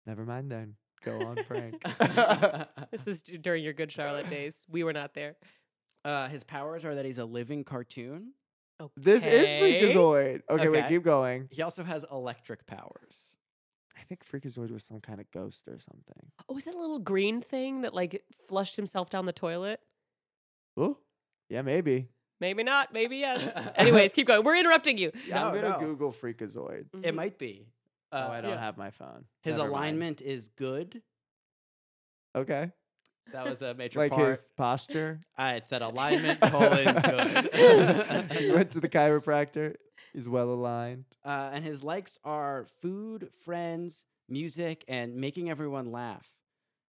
[SPEAKER 2] Never mind then. Go on, Frank.
[SPEAKER 1] this is d- during your Good Charlotte days. We were not there.
[SPEAKER 3] uh, his powers are that he's a living cartoon.
[SPEAKER 1] Okay.
[SPEAKER 2] This is Freakazoid. Okay, wait,
[SPEAKER 3] Okay.
[SPEAKER 2] keep going.
[SPEAKER 3] He also has electric powers.
[SPEAKER 2] I think Freakazoid was some kind of ghost or something.
[SPEAKER 1] Oh, is that a little green thing that like flushed himself down the toilet?
[SPEAKER 2] Ooh, yeah, maybe.
[SPEAKER 1] Maybe not. Maybe yes. Anyways, keep going. We're interrupting you.
[SPEAKER 2] Yeah, I'm
[SPEAKER 3] No,
[SPEAKER 2] gonna
[SPEAKER 3] no.
[SPEAKER 2] Google Freakazoid.
[SPEAKER 1] Mhm.
[SPEAKER 3] It might be. Uh,
[SPEAKER 2] oh, I don't
[SPEAKER 3] yeah.
[SPEAKER 2] have my phone.
[SPEAKER 3] His
[SPEAKER 2] Never mind.
[SPEAKER 3] alignment is good.
[SPEAKER 2] Okay,
[SPEAKER 3] That was a major
[SPEAKER 2] like
[SPEAKER 3] part.
[SPEAKER 2] his posture.
[SPEAKER 3] Uh, it said alignment colon
[SPEAKER 2] he
[SPEAKER 3] good.
[SPEAKER 2] went to the chiropractor. He's well aligned.
[SPEAKER 3] uh, and his likes are food, friends, music, and making everyone laugh,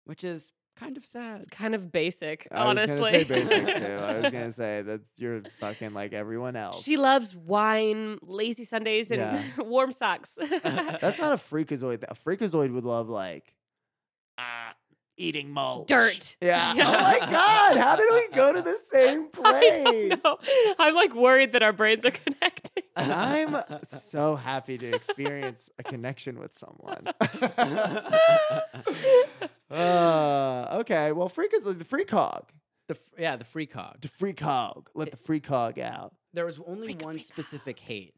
[SPEAKER 3] which is kind of sad.
[SPEAKER 1] It's kind of basic,
[SPEAKER 2] I was gonna say
[SPEAKER 1] honestly.
[SPEAKER 2] basic too. I was gonna say that you're fucking like everyone else.
[SPEAKER 1] she loves wine, lazy Sundays, and
[SPEAKER 2] Yeah. Oh,
[SPEAKER 1] warm socks.
[SPEAKER 2] That's not a freakazoid. A freakazoid would love like uh, eating mulch.
[SPEAKER 1] Dirt.
[SPEAKER 2] Yeah.
[SPEAKER 1] Yeah.
[SPEAKER 2] Oh my god! How did we go to the same
[SPEAKER 1] I
[SPEAKER 2] place?
[SPEAKER 1] don't know. I'm like worried that our brains are connecting.
[SPEAKER 2] And I'm so happy to experience a connection with someone. uh, okay, well, freakazoid, the freak hog,
[SPEAKER 3] The f- yeah, the free cog.
[SPEAKER 2] the freak hog, let the freak hog out.
[SPEAKER 3] There was only
[SPEAKER 1] Freak,
[SPEAKER 3] one
[SPEAKER 1] freak.
[SPEAKER 3] specific hate,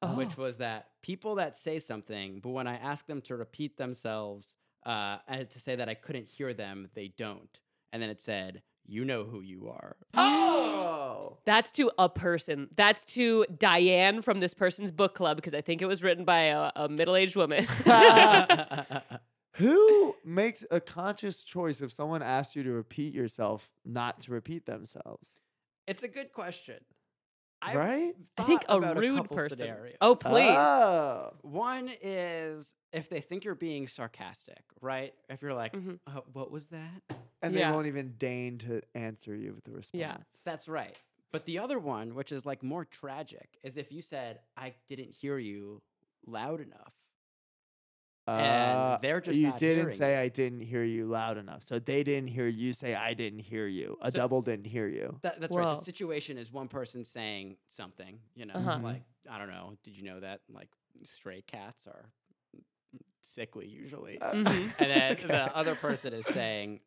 [SPEAKER 1] Oh.
[SPEAKER 3] which was that people that say something, but when I ask them to repeat themselves uh, and to say that I couldn't hear them, they don't. And then it said, "You know who you are."
[SPEAKER 2] Oh.
[SPEAKER 1] That's to a person. That's to Diane from this person's book club because I think it was written by a, a middle aged woman.
[SPEAKER 2] Who makes a conscious choice if someone asks you to repeat yourself, not to repeat themselves?
[SPEAKER 3] it's a good question.
[SPEAKER 2] right?
[SPEAKER 1] I think
[SPEAKER 3] thought
[SPEAKER 1] a
[SPEAKER 3] about
[SPEAKER 1] rude
[SPEAKER 3] couple
[SPEAKER 1] person.
[SPEAKER 3] scenarios.
[SPEAKER 1] Oh, please.
[SPEAKER 2] Oh.
[SPEAKER 3] Uh, One is if they think you're being sarcastic, right? If you're like,
[SPEAKER 1] Mhm.
[SPEAKER 3] uh, "What was that?"
[SPEAKER 2] And they
[SPEAKER 1] Yeah.
[SPEAKER 2] won't even deign to answer you with a response.
[SPEAKER 1] Yeah.
[SPEAKER 3] That's right. But the other one, which is like more tragic, is if you said, I didn't hear you loud enough.
[SPEAKER 2] Uh,
[SPEAKER 3] they're just
[SPEAKER 2] you
[SPEAKER 3] not
[SPEAKER 2] didn't
[SPEAKER 3] hearing
[SPEAKER 2] say
[SPEAKER 3] it.
[SPEAKER 2] I didn't hear you loud enough, so they didn't hear you say I didn't hear you. A
[SPEAKER 3] So-
[SPEAKER 2] double didn't hear you.
[SPEAKER 3] That, that's right.
[SPEAKER 1] Whoa.
[SPEAKER 3] The situation is one person saying something, you know,
[SPEAKER 1] Uh-huh.
[SPEAKER 3] like, I don't know, did you know that? Like, stray cats are sickly usually.
[SPEAKER 1] Mhm.
[SPEAKER 3] Mm-hmm. and then
[SPEAKER 2] Uh, Okay.
[SPEAKER 3] the other person is saying,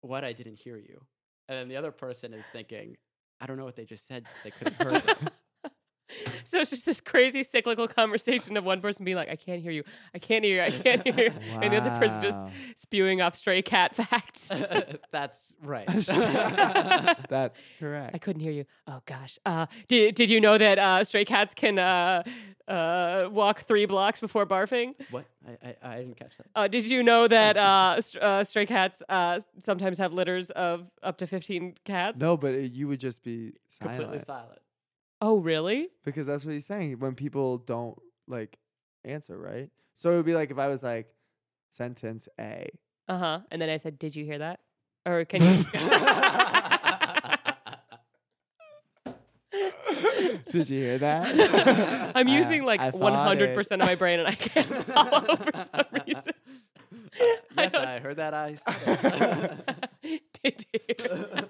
[SPEAKER 3] What? I didn't hear you. And then the other person is thinking, I don't know what they just said. 'cause They couldn't hear. it."
[SPEAKER 1] so it's just this crazy cyclical conversation of one person being like, I can't hear you. I can't hear you. I can't hear you. And the other person just
[SPEAKER 2] Wow.
[SPEAKER 1] spewing off stray cat facts.
[SPEAKER 3] That's right.
[SPEAKER 2] That's correct.
[SPEAKER 1] I couldn't hear you. Oh gosh. Uh, did did you know that uh, stray cats can uh, uh, walk three blocks before barfing?
[SPEAKER 3] what? I, I, I didn't catch that.
[SPEAKER 1] Uh, did you know that uh, st- uh, stray cats uh, sometimes have litters of up to fifteen cats?
[SPEAKER 2] no, but it, you would just be
[SPEAKER 3] Completely
[SPEAKER 2] silent
[SPEAKER 3] silent.
[SPEAKER 1] Oh really?
[SPEAKER 2] because that's what he's saying. When people don't like answer, right? So it would be like if I was like sentence A.
[SPEAKER 1] Uh huh. And then I said, "Did you hear that?" Or can you?
[SPEAKER 2] Did you hear that?
[SPEAKER 1] I'm using like
[SPEAKER 2] I thought it.
[SPEAKER 1] 100 percent of my brain, and I can't follow for some reason.
[SPEAKER 3] yes,
[SPEAKER 1] don't-
[SPEAKER 3] I, heard that. I said it.
[SPEAKER 1] Did you?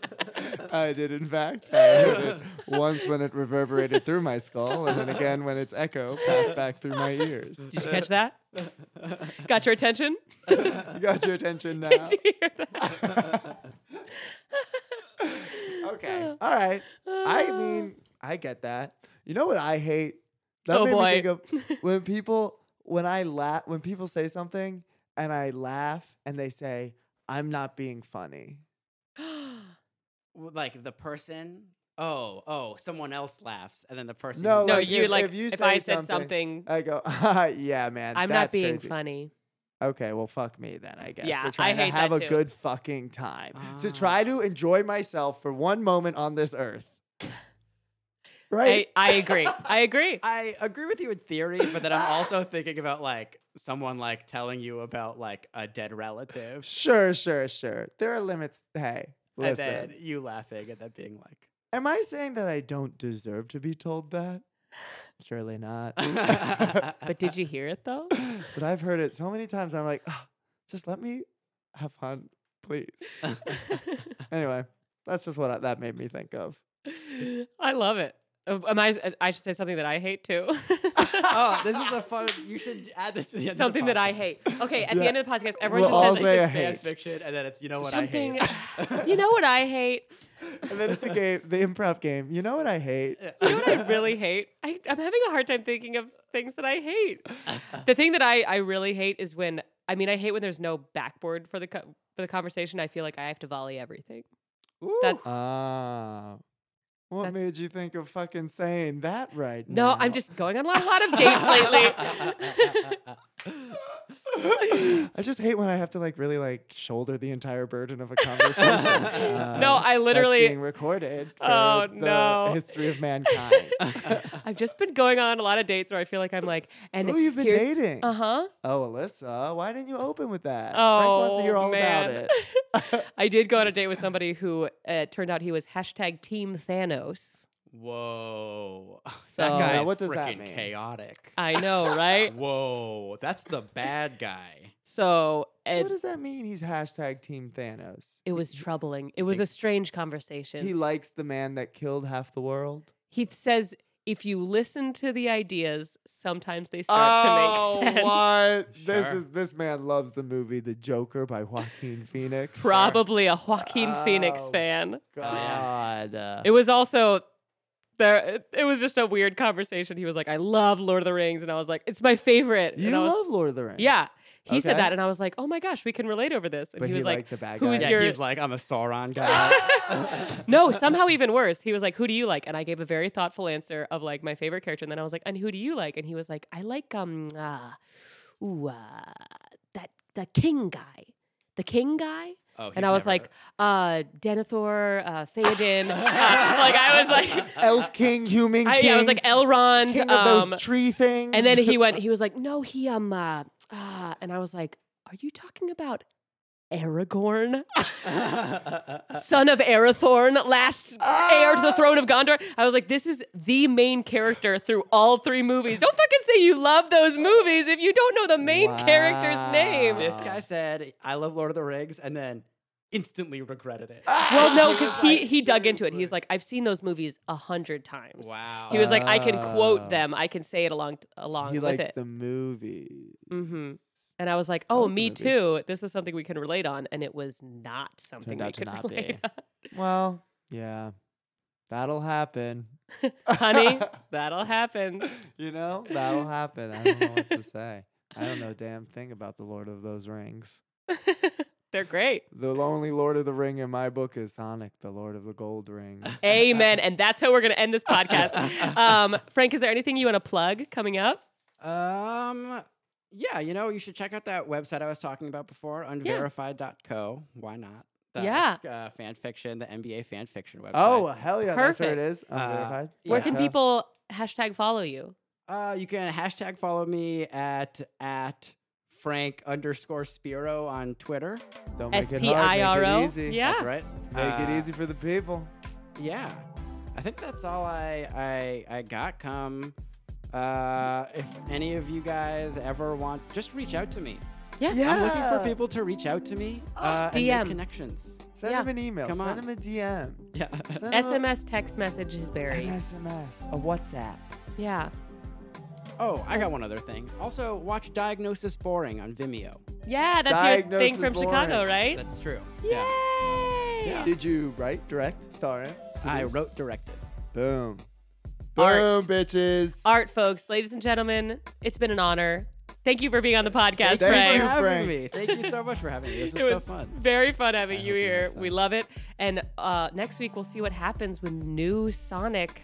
[SPEAKER 2] I did, in fact. I heard it once when it reverberated through my skull, and then again when its echo passed back through my ears.
[SPEAKER 1] Did you catch that? Got your attention?
[SPEAKER 2] You got your attention now.
[SPEAKER 1] Did you hear that?
[SPEAKER 2] Okay. All right. I
[SPEAKER 1] Uh.
[SPEAKER 2] mean, I get that. You know what I hate? That
[SPEAKER 1] Oh,
[SPEAKER 2] made me think
[SPEAKER 1] boy.
[SPEAKER 2] of when people when I laugh when people say something and I laugh and they say I'm not being funny.
[SPEAKER 3] Well, like the person. Oh, oh, someone else laughs, and then the person.
[SPEAKER 2] No,
[SPEAKER 3] who's
[SPEAKER 1] No,
[SPEAKER 2] like,
[SPEAKER 1] you
[SPEAKER 2] if-
[SPEAKER 1] like
[SPEAKER 2] if
[SPEAKER 1] if,
[SPEAKER 2] you say
[SPEAKER 1] I said
[SPEAKER 2] something-
[SPEAKER 1] something,
[SPEAKER 2] I go, "Ah, "Yeah, man,
[SPEAKER 1] I'm not
[SPEAKER 2] that's
[SPEAKER 1] being
[SPEAKER 2] crazy."
[SPEAKER 1] funny.
[SPEAKER 2] Okay, well, fuck me then, I guess.
[SPEAKER 1] Yeah,
[SPEAKER 2] for
[SPEAKER 1] I
[SPEAKER 2] trying
[SPEAKER 1] hate
[SPEAKER 2] to have
[SPEAKER 1] that
[SPEAKER 2] a
[SPEAKER 1] too.
[SPEAKER 2] good fucking time. To
[SPEAKER 3] Ah.
[SPEAKER 2] try to enjoy myself for one moment on this earth.
[SPEAKER 1] I,
[SPEAKER 2] Right?
[SPEAKER 1] I agree. I agree.
[SPEAKER 3] I agree with you in theory, but then I'm also thinking about like someone like telling you about like a dead relative,
[SPEAKER 2] sure, sure, sure. There are limits. Hey,
[SPEAKER 3] and
[SPEAKER 2] listen.
[SPEAKER 3] then you laughing, and then being like,
[SPEAKER 2] Am I saying that I don't deserve to be told that? Surely not.
[SPEAKER 1] But did you hear it though?
[SPEAKER 2] but I've heard it so many times. I'm like, "Ah, just let me have fun, please. anyway, that's just what I, that made me think of.
[SPEAKER 1] I love it. Uh, Am I? I should say something that I hate too.
[SPEAKER 3] "Oh, this is a fun. You should add this to the end." of the
[SPEAKER 1] something that I
[SPEAKER 3] podcast.
[SPEAKER 1] hate. Okay, at
[SPEAKER 2] Yeah.
[SPEAKER 1] the end of the podcast, everyone
[SPEAKER 2] We'll
[SPEAKER 1] just
[SPEAKER 2] all
[SPEAKER 1] says
[SPEAKER 2] say I
[SPEAKER 3] It's fan
[SPEAKER 2] hate.
[SPEAKER 3] fiction, and then it's you know what
[SPEAKER 1] something.
[SPEAKER 3] I
[SPEAKER 1] you know what I hate?
[SPEAKER 2] And then it's a game, the improv game. You know what I hate?
[SPEAKER 3] hate.
[SPEAKER 1] You know what I really hate? I, I'm having a hard time thinking of things that I hate. The thing that I, I really hate is when I mean I hate when there's no backboard for the co- for the conversation. I feel like I have to volley everything. That's
[SPEAKER 2] Ah. what
[SPEAKER 1] That's-
[SPEAKER 2] made you think of fucking saying that right
[SPEAKER 1] no.
[SPEAKER 2] now?
[SPEAKER 1] I'm just going on a lot, lot of dates lately.
[SPEAKER 2] I just hate when I have to like really like shoulder the entire burden of a conversation. Uh,
[SPEAKER 1] No, I
[SPEAKER 2] that's
[SPEAKER 1] literally-
[SPEAKER 2] being recorded. For
[SPEAKER 1] Oh,
[SPEAKER 2] the
[SPEAKER 1] no.
[SPEAKER 2] History of mankind.
[SPEAKER 1] I've just been going on a lot of dates where I feel like I'm like and
[SPEAKER 2] Who you've been dating?
[SPEAKER 1] Uh huh.
[SPEAKER 2] oh, Alyssa, why didn't you open with that? Frank wants
[SPEAKER 1] Oh
[SPEAKER 2] to hear all
[SPEAKER 1] man.
[SPEAKER 2] about it.
[SPEAKER 1] I did go on a date with somebody who uh, turned out he was hashtag Team Thanos.
[SPEAKER 3] Whoa.
[SPEAKER 1] So-
[SPEAKER 3] that guy
[SPEAKER 2] Now,
[SPEAKER 3] is
[SPEAKER 2] what does that
[SPEAKER 3] freaking
[SPEAKER 2] mean?
[SPEAKER 3] chaotic.
[SPEAKER 1] I know, right?
[SPEAKER 3] Whoa, that's the bad guy.
[SPEAKER 1] So it,
[SPEAKER 2] what does that mean? He's hashtag Team Thanos.
[SPEAKER 1] it was troubling. It was a strange conversation.
[SPEAKER 2] He likes the man that killed half the world.
[SPEAKER 1] He th- says, if you listen to the ideas, sometimes they start to make sense.
[SPEAKER 2] Oh, What? This
[SPEAKER 3] Sure.
[SPEAKER 2] is this man loves the movie The Joker by Joaquin Phoenix.
[SPEAKER 1] Probably a Joaquin Phoenix
[SPEAKER 2] Oh.
[SPEAKER 1] fan.
[SPEAKER 2] God.
[SPEAKER 1] It was also there. It was just a weird conversation. He was like, "I love Lord of the Rings," and I was like, "It's my favorite."
[SPEAKER 2] you
[SPEAKER 1] and I was,
[SPEAKER 2] love Lord of the Rings.
[SPEAKER 1] Yeah, he
[SPEAKER 2] Okay.
[SPEAKER 1] said that, and I was like, "Oh my gosh, we can relate over this." And
[SPEAKER 2] But
[SPEAKER 1] he was
[SPEAKER 2] he
[SPEAKER 1] like,
[SPEAKER 2] liked the bad
[SPEAKER 1] "Who's
[SPEAKER 2] guy."
[SPEAKER 3] Yeah,
[SPEAKER 1] your?"
[SPEAKER 3] he's like, I'm a Sauron guy.
[SPEAKER 1] no, somehow even worse. He was like, "Who do you like?" And I gave a very thoughtful answer of like my favorite character, and then I was like, "And who do you like?" And he was like, "I like um, uh, ooh, uh, that the king guy, the king guy."
[SPEAKER 3] Oh, he's
[SPEAKER 1] and I was
[SPEAKER 3] never-
[SPEAKER 1] like, uh, Denethor, uh, Theoden. uh, like I was like,
[SPEAKER 2] Elf King, Human
[SPEAKER 1] Uh, I,
[SPEAKER 2] King.
[SPEAKER 1] yeah, I was like Elrond.
[SPEAKER 2] King of
[SPEAKER 1] um,
[SPEAKER 2] those tree things.
[SPEAKER 1] and then he went. He was like, "No, he um, uh, uh," and I was like, "Are you talking about Aragorn, "Ah." son of Arathorn, last heir
[SPEAKER 2] Ah.
[SPEAKER 1] to the throne of Gondor. I was like, this is the main character through all three movies. Don't fucking say you love those movies if you don't know the main character's name.
[SPEAKER 3] This guy said, "I love Lord of the Rings," and then instantly regretted it.
[SPEAKER 1] Well, no, because he he dug into it. He's like, I've seen those movies a hundred times.
[SPEAKER 3] Wow.
[SPEAKER 1] He was like, I can
[SPEAKER 2] Oh.
[SPEAKER 1] quote them. I can say it along along
[SPEAKER 2] he
[SPEAKER 1] with
[SPEAKER 2] likes
[SPEAKER 1] it.
[SPEAKER 2] the movie.
[SPEAKER 1] hmm And I was like, oh,
[SPEAKER 2] like the
[SPEAKER 1] me
[SPEAKER 2] movies.
[SPEAKER 1] too. This is something we can relate on. And it was not something
[SPEAKER 2] Turned
[SPEAKER 1] we
[SPEAKER 2] out to
[SPEAKER 1] could
[SPEAKER 2] not
[SPEAKER 1] relate
[SPEAKER 2] be. Well, yeah, that'll happen.
[SPEAKER 1] on. Honey, that'll happen.
[SPEAKER 2] You know, that'll happen. I don't know what to say. I don't know a damn thing about the Lord of those Rings.
[SPEAKER 1] They're great.
[SPEAKER 2] The only Lord of the Ring in my book is Sonic, the Lord of the Gold Rings.
[SPEAKER 1] Eh, Amen. And that's how we're going to end this podcast. Um, Frank, is there anything you want to plug coming up?
[SPEAKER 3] Um. Yeah, you know, you should check out that website I was talking about before, unverified.co. Why not? That
[SPEAKER 1] Yeah.
[SPEAKER 3] was, uh, fan fiction, the NBA fan fiction website.
[SPEAKER 2] Oh, hell yeah. That's where it
[SPEAKER 1] Perfect.
[SPEAKER 2] is.
[SPEAKER 3] Uh,
[SPEAKER 2] Unverified.
[SPEAKER 1] Where
[SPEAKER 3] Yeah.
[SPEAKER 1] can people hashtag follow you?
[SPEAKER 3] Uh, you can hashtag follow me at at Frank underscore Spiro on Twitter.
[SPEAKER 2] Don't make
[SPEAKER 1] S
[SPEAKER 2] it
[SPEAKER 1] P
[SPEAKER 2] hard.
[SPEAKER 1] I R O.
[SPEAKER 2] Make it easy.
[SPEAKER 1] Yeah.
[SPEAKER 3] That's right.
[SPEAKER 2] Make
[SPEAKER 3] Uh,
[SPEAKER 2] it easy for the people.
[SPEAKER 3] Yeah. I think that's all I I, I got come. Uh, if any of you guys ever want, just reach out to me.
[SPEAKER 1] Yeah.
[SPEAKER 3] I'm looking for
[SPEAKER 1] Ah.
[SPEAKER 2] Yeah.
[SPEAKER 3] people to reach out to me uh, and
[SPEAKER 1] DM.
[SPEAKER 3] make connections.
[SPEAKER 2] Send
[SPEAKER 1] Yeah.
[SPEAKER 2] him an email.
[SPEAKER 3] Come
[SPEAKER 2] Send
[SPEAKER 3] on.
[SPEAKER 2] him a DM.
[SPEAKER 3] Yeah.
[SPEAKER 1] Uh,
[SPEAKER 2] Send him a-
[SPEAKER 1] SMS text messages, Barry.
[SPEAKER 2] An SMS. A WhatsApp.
[SPEAKER 1] Yeah.
[SPEAKER 3] Oh, I got one other thing. Also, watch Diagnosis Boring on Vimeo.
[SPEAKER 1] Yeah, that's your
[SPEAKER 2] Diagnosis
[SPEAKER 1] thing from
[SPEAKER 2] boring.
[SPEAKER 1] Chicago, right?
[SPEAKER 3] That's true.
[SPEAKER 1] Yay!
[SPEAKER 3] Yeah.
[SPEAKER 2] Did you write, direct, star in?
[SPEAKER 3] I
[SPEAKER 2] produce?
[SPEAKER 3] wrote directed.
[SPEAKER 2] Boom. Boom,
[SPEAKER 1] Art.
[SPEAKER 2] bitches.
[SPEAKER 1] Art, folks, ladies and gentlemen, it's been an honor. Thank you for being on the podcast,
[SPEAKER 2] Thank you.
[SPEAKER 1] Frank.
[SPEAKER 3] Thank you for having
[SPEAKER 2] Frank.
[SPEAKER 3] me. Thank you so much for having me. This was,
[SPEAKER 1] It
[SPEAKER 3] so
[SPEAKER 1] was
[SPEAKER 3] fun.
[SPEAKER 1] very fun having you
[SPEAKER 2] hope you had
[SPEAKER 1] here.
[SPEAKER 2] fun.
[SPEAKER 1] We love it. And uh, next week we'll see what happens when new Sonic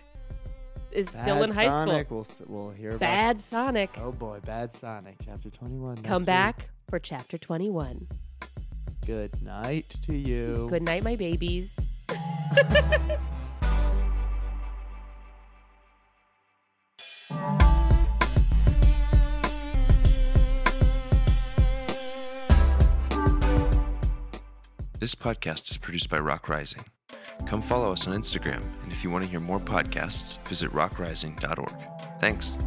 [SPEAKER 1] is still
[SPEAKER 2] Bad
[SPEAKER 1] in high
[SPEAKER 2] Sonic.
[SPEAKER 1] school.
[SPEAKER 2] We'll, s- we'll hear about
[SPEAKER 1] Bad Sonic.
[SPEAKER 2] Oh boy, Bad Sonic, chapter 21. next
[SPEAKER 1] Come
[SPEAKER 2] week.
[SPEAKER 1] back for chapter 21.
[SPEAKER 2] Good night to you.
[SPEAKER 1] Good night, my babies.
[SPEAKER 9] This podcast is produced by Rock Rising. Come follow us on Instagram, and if you want to hear more podcasts, visit rockrising.org. Thanks.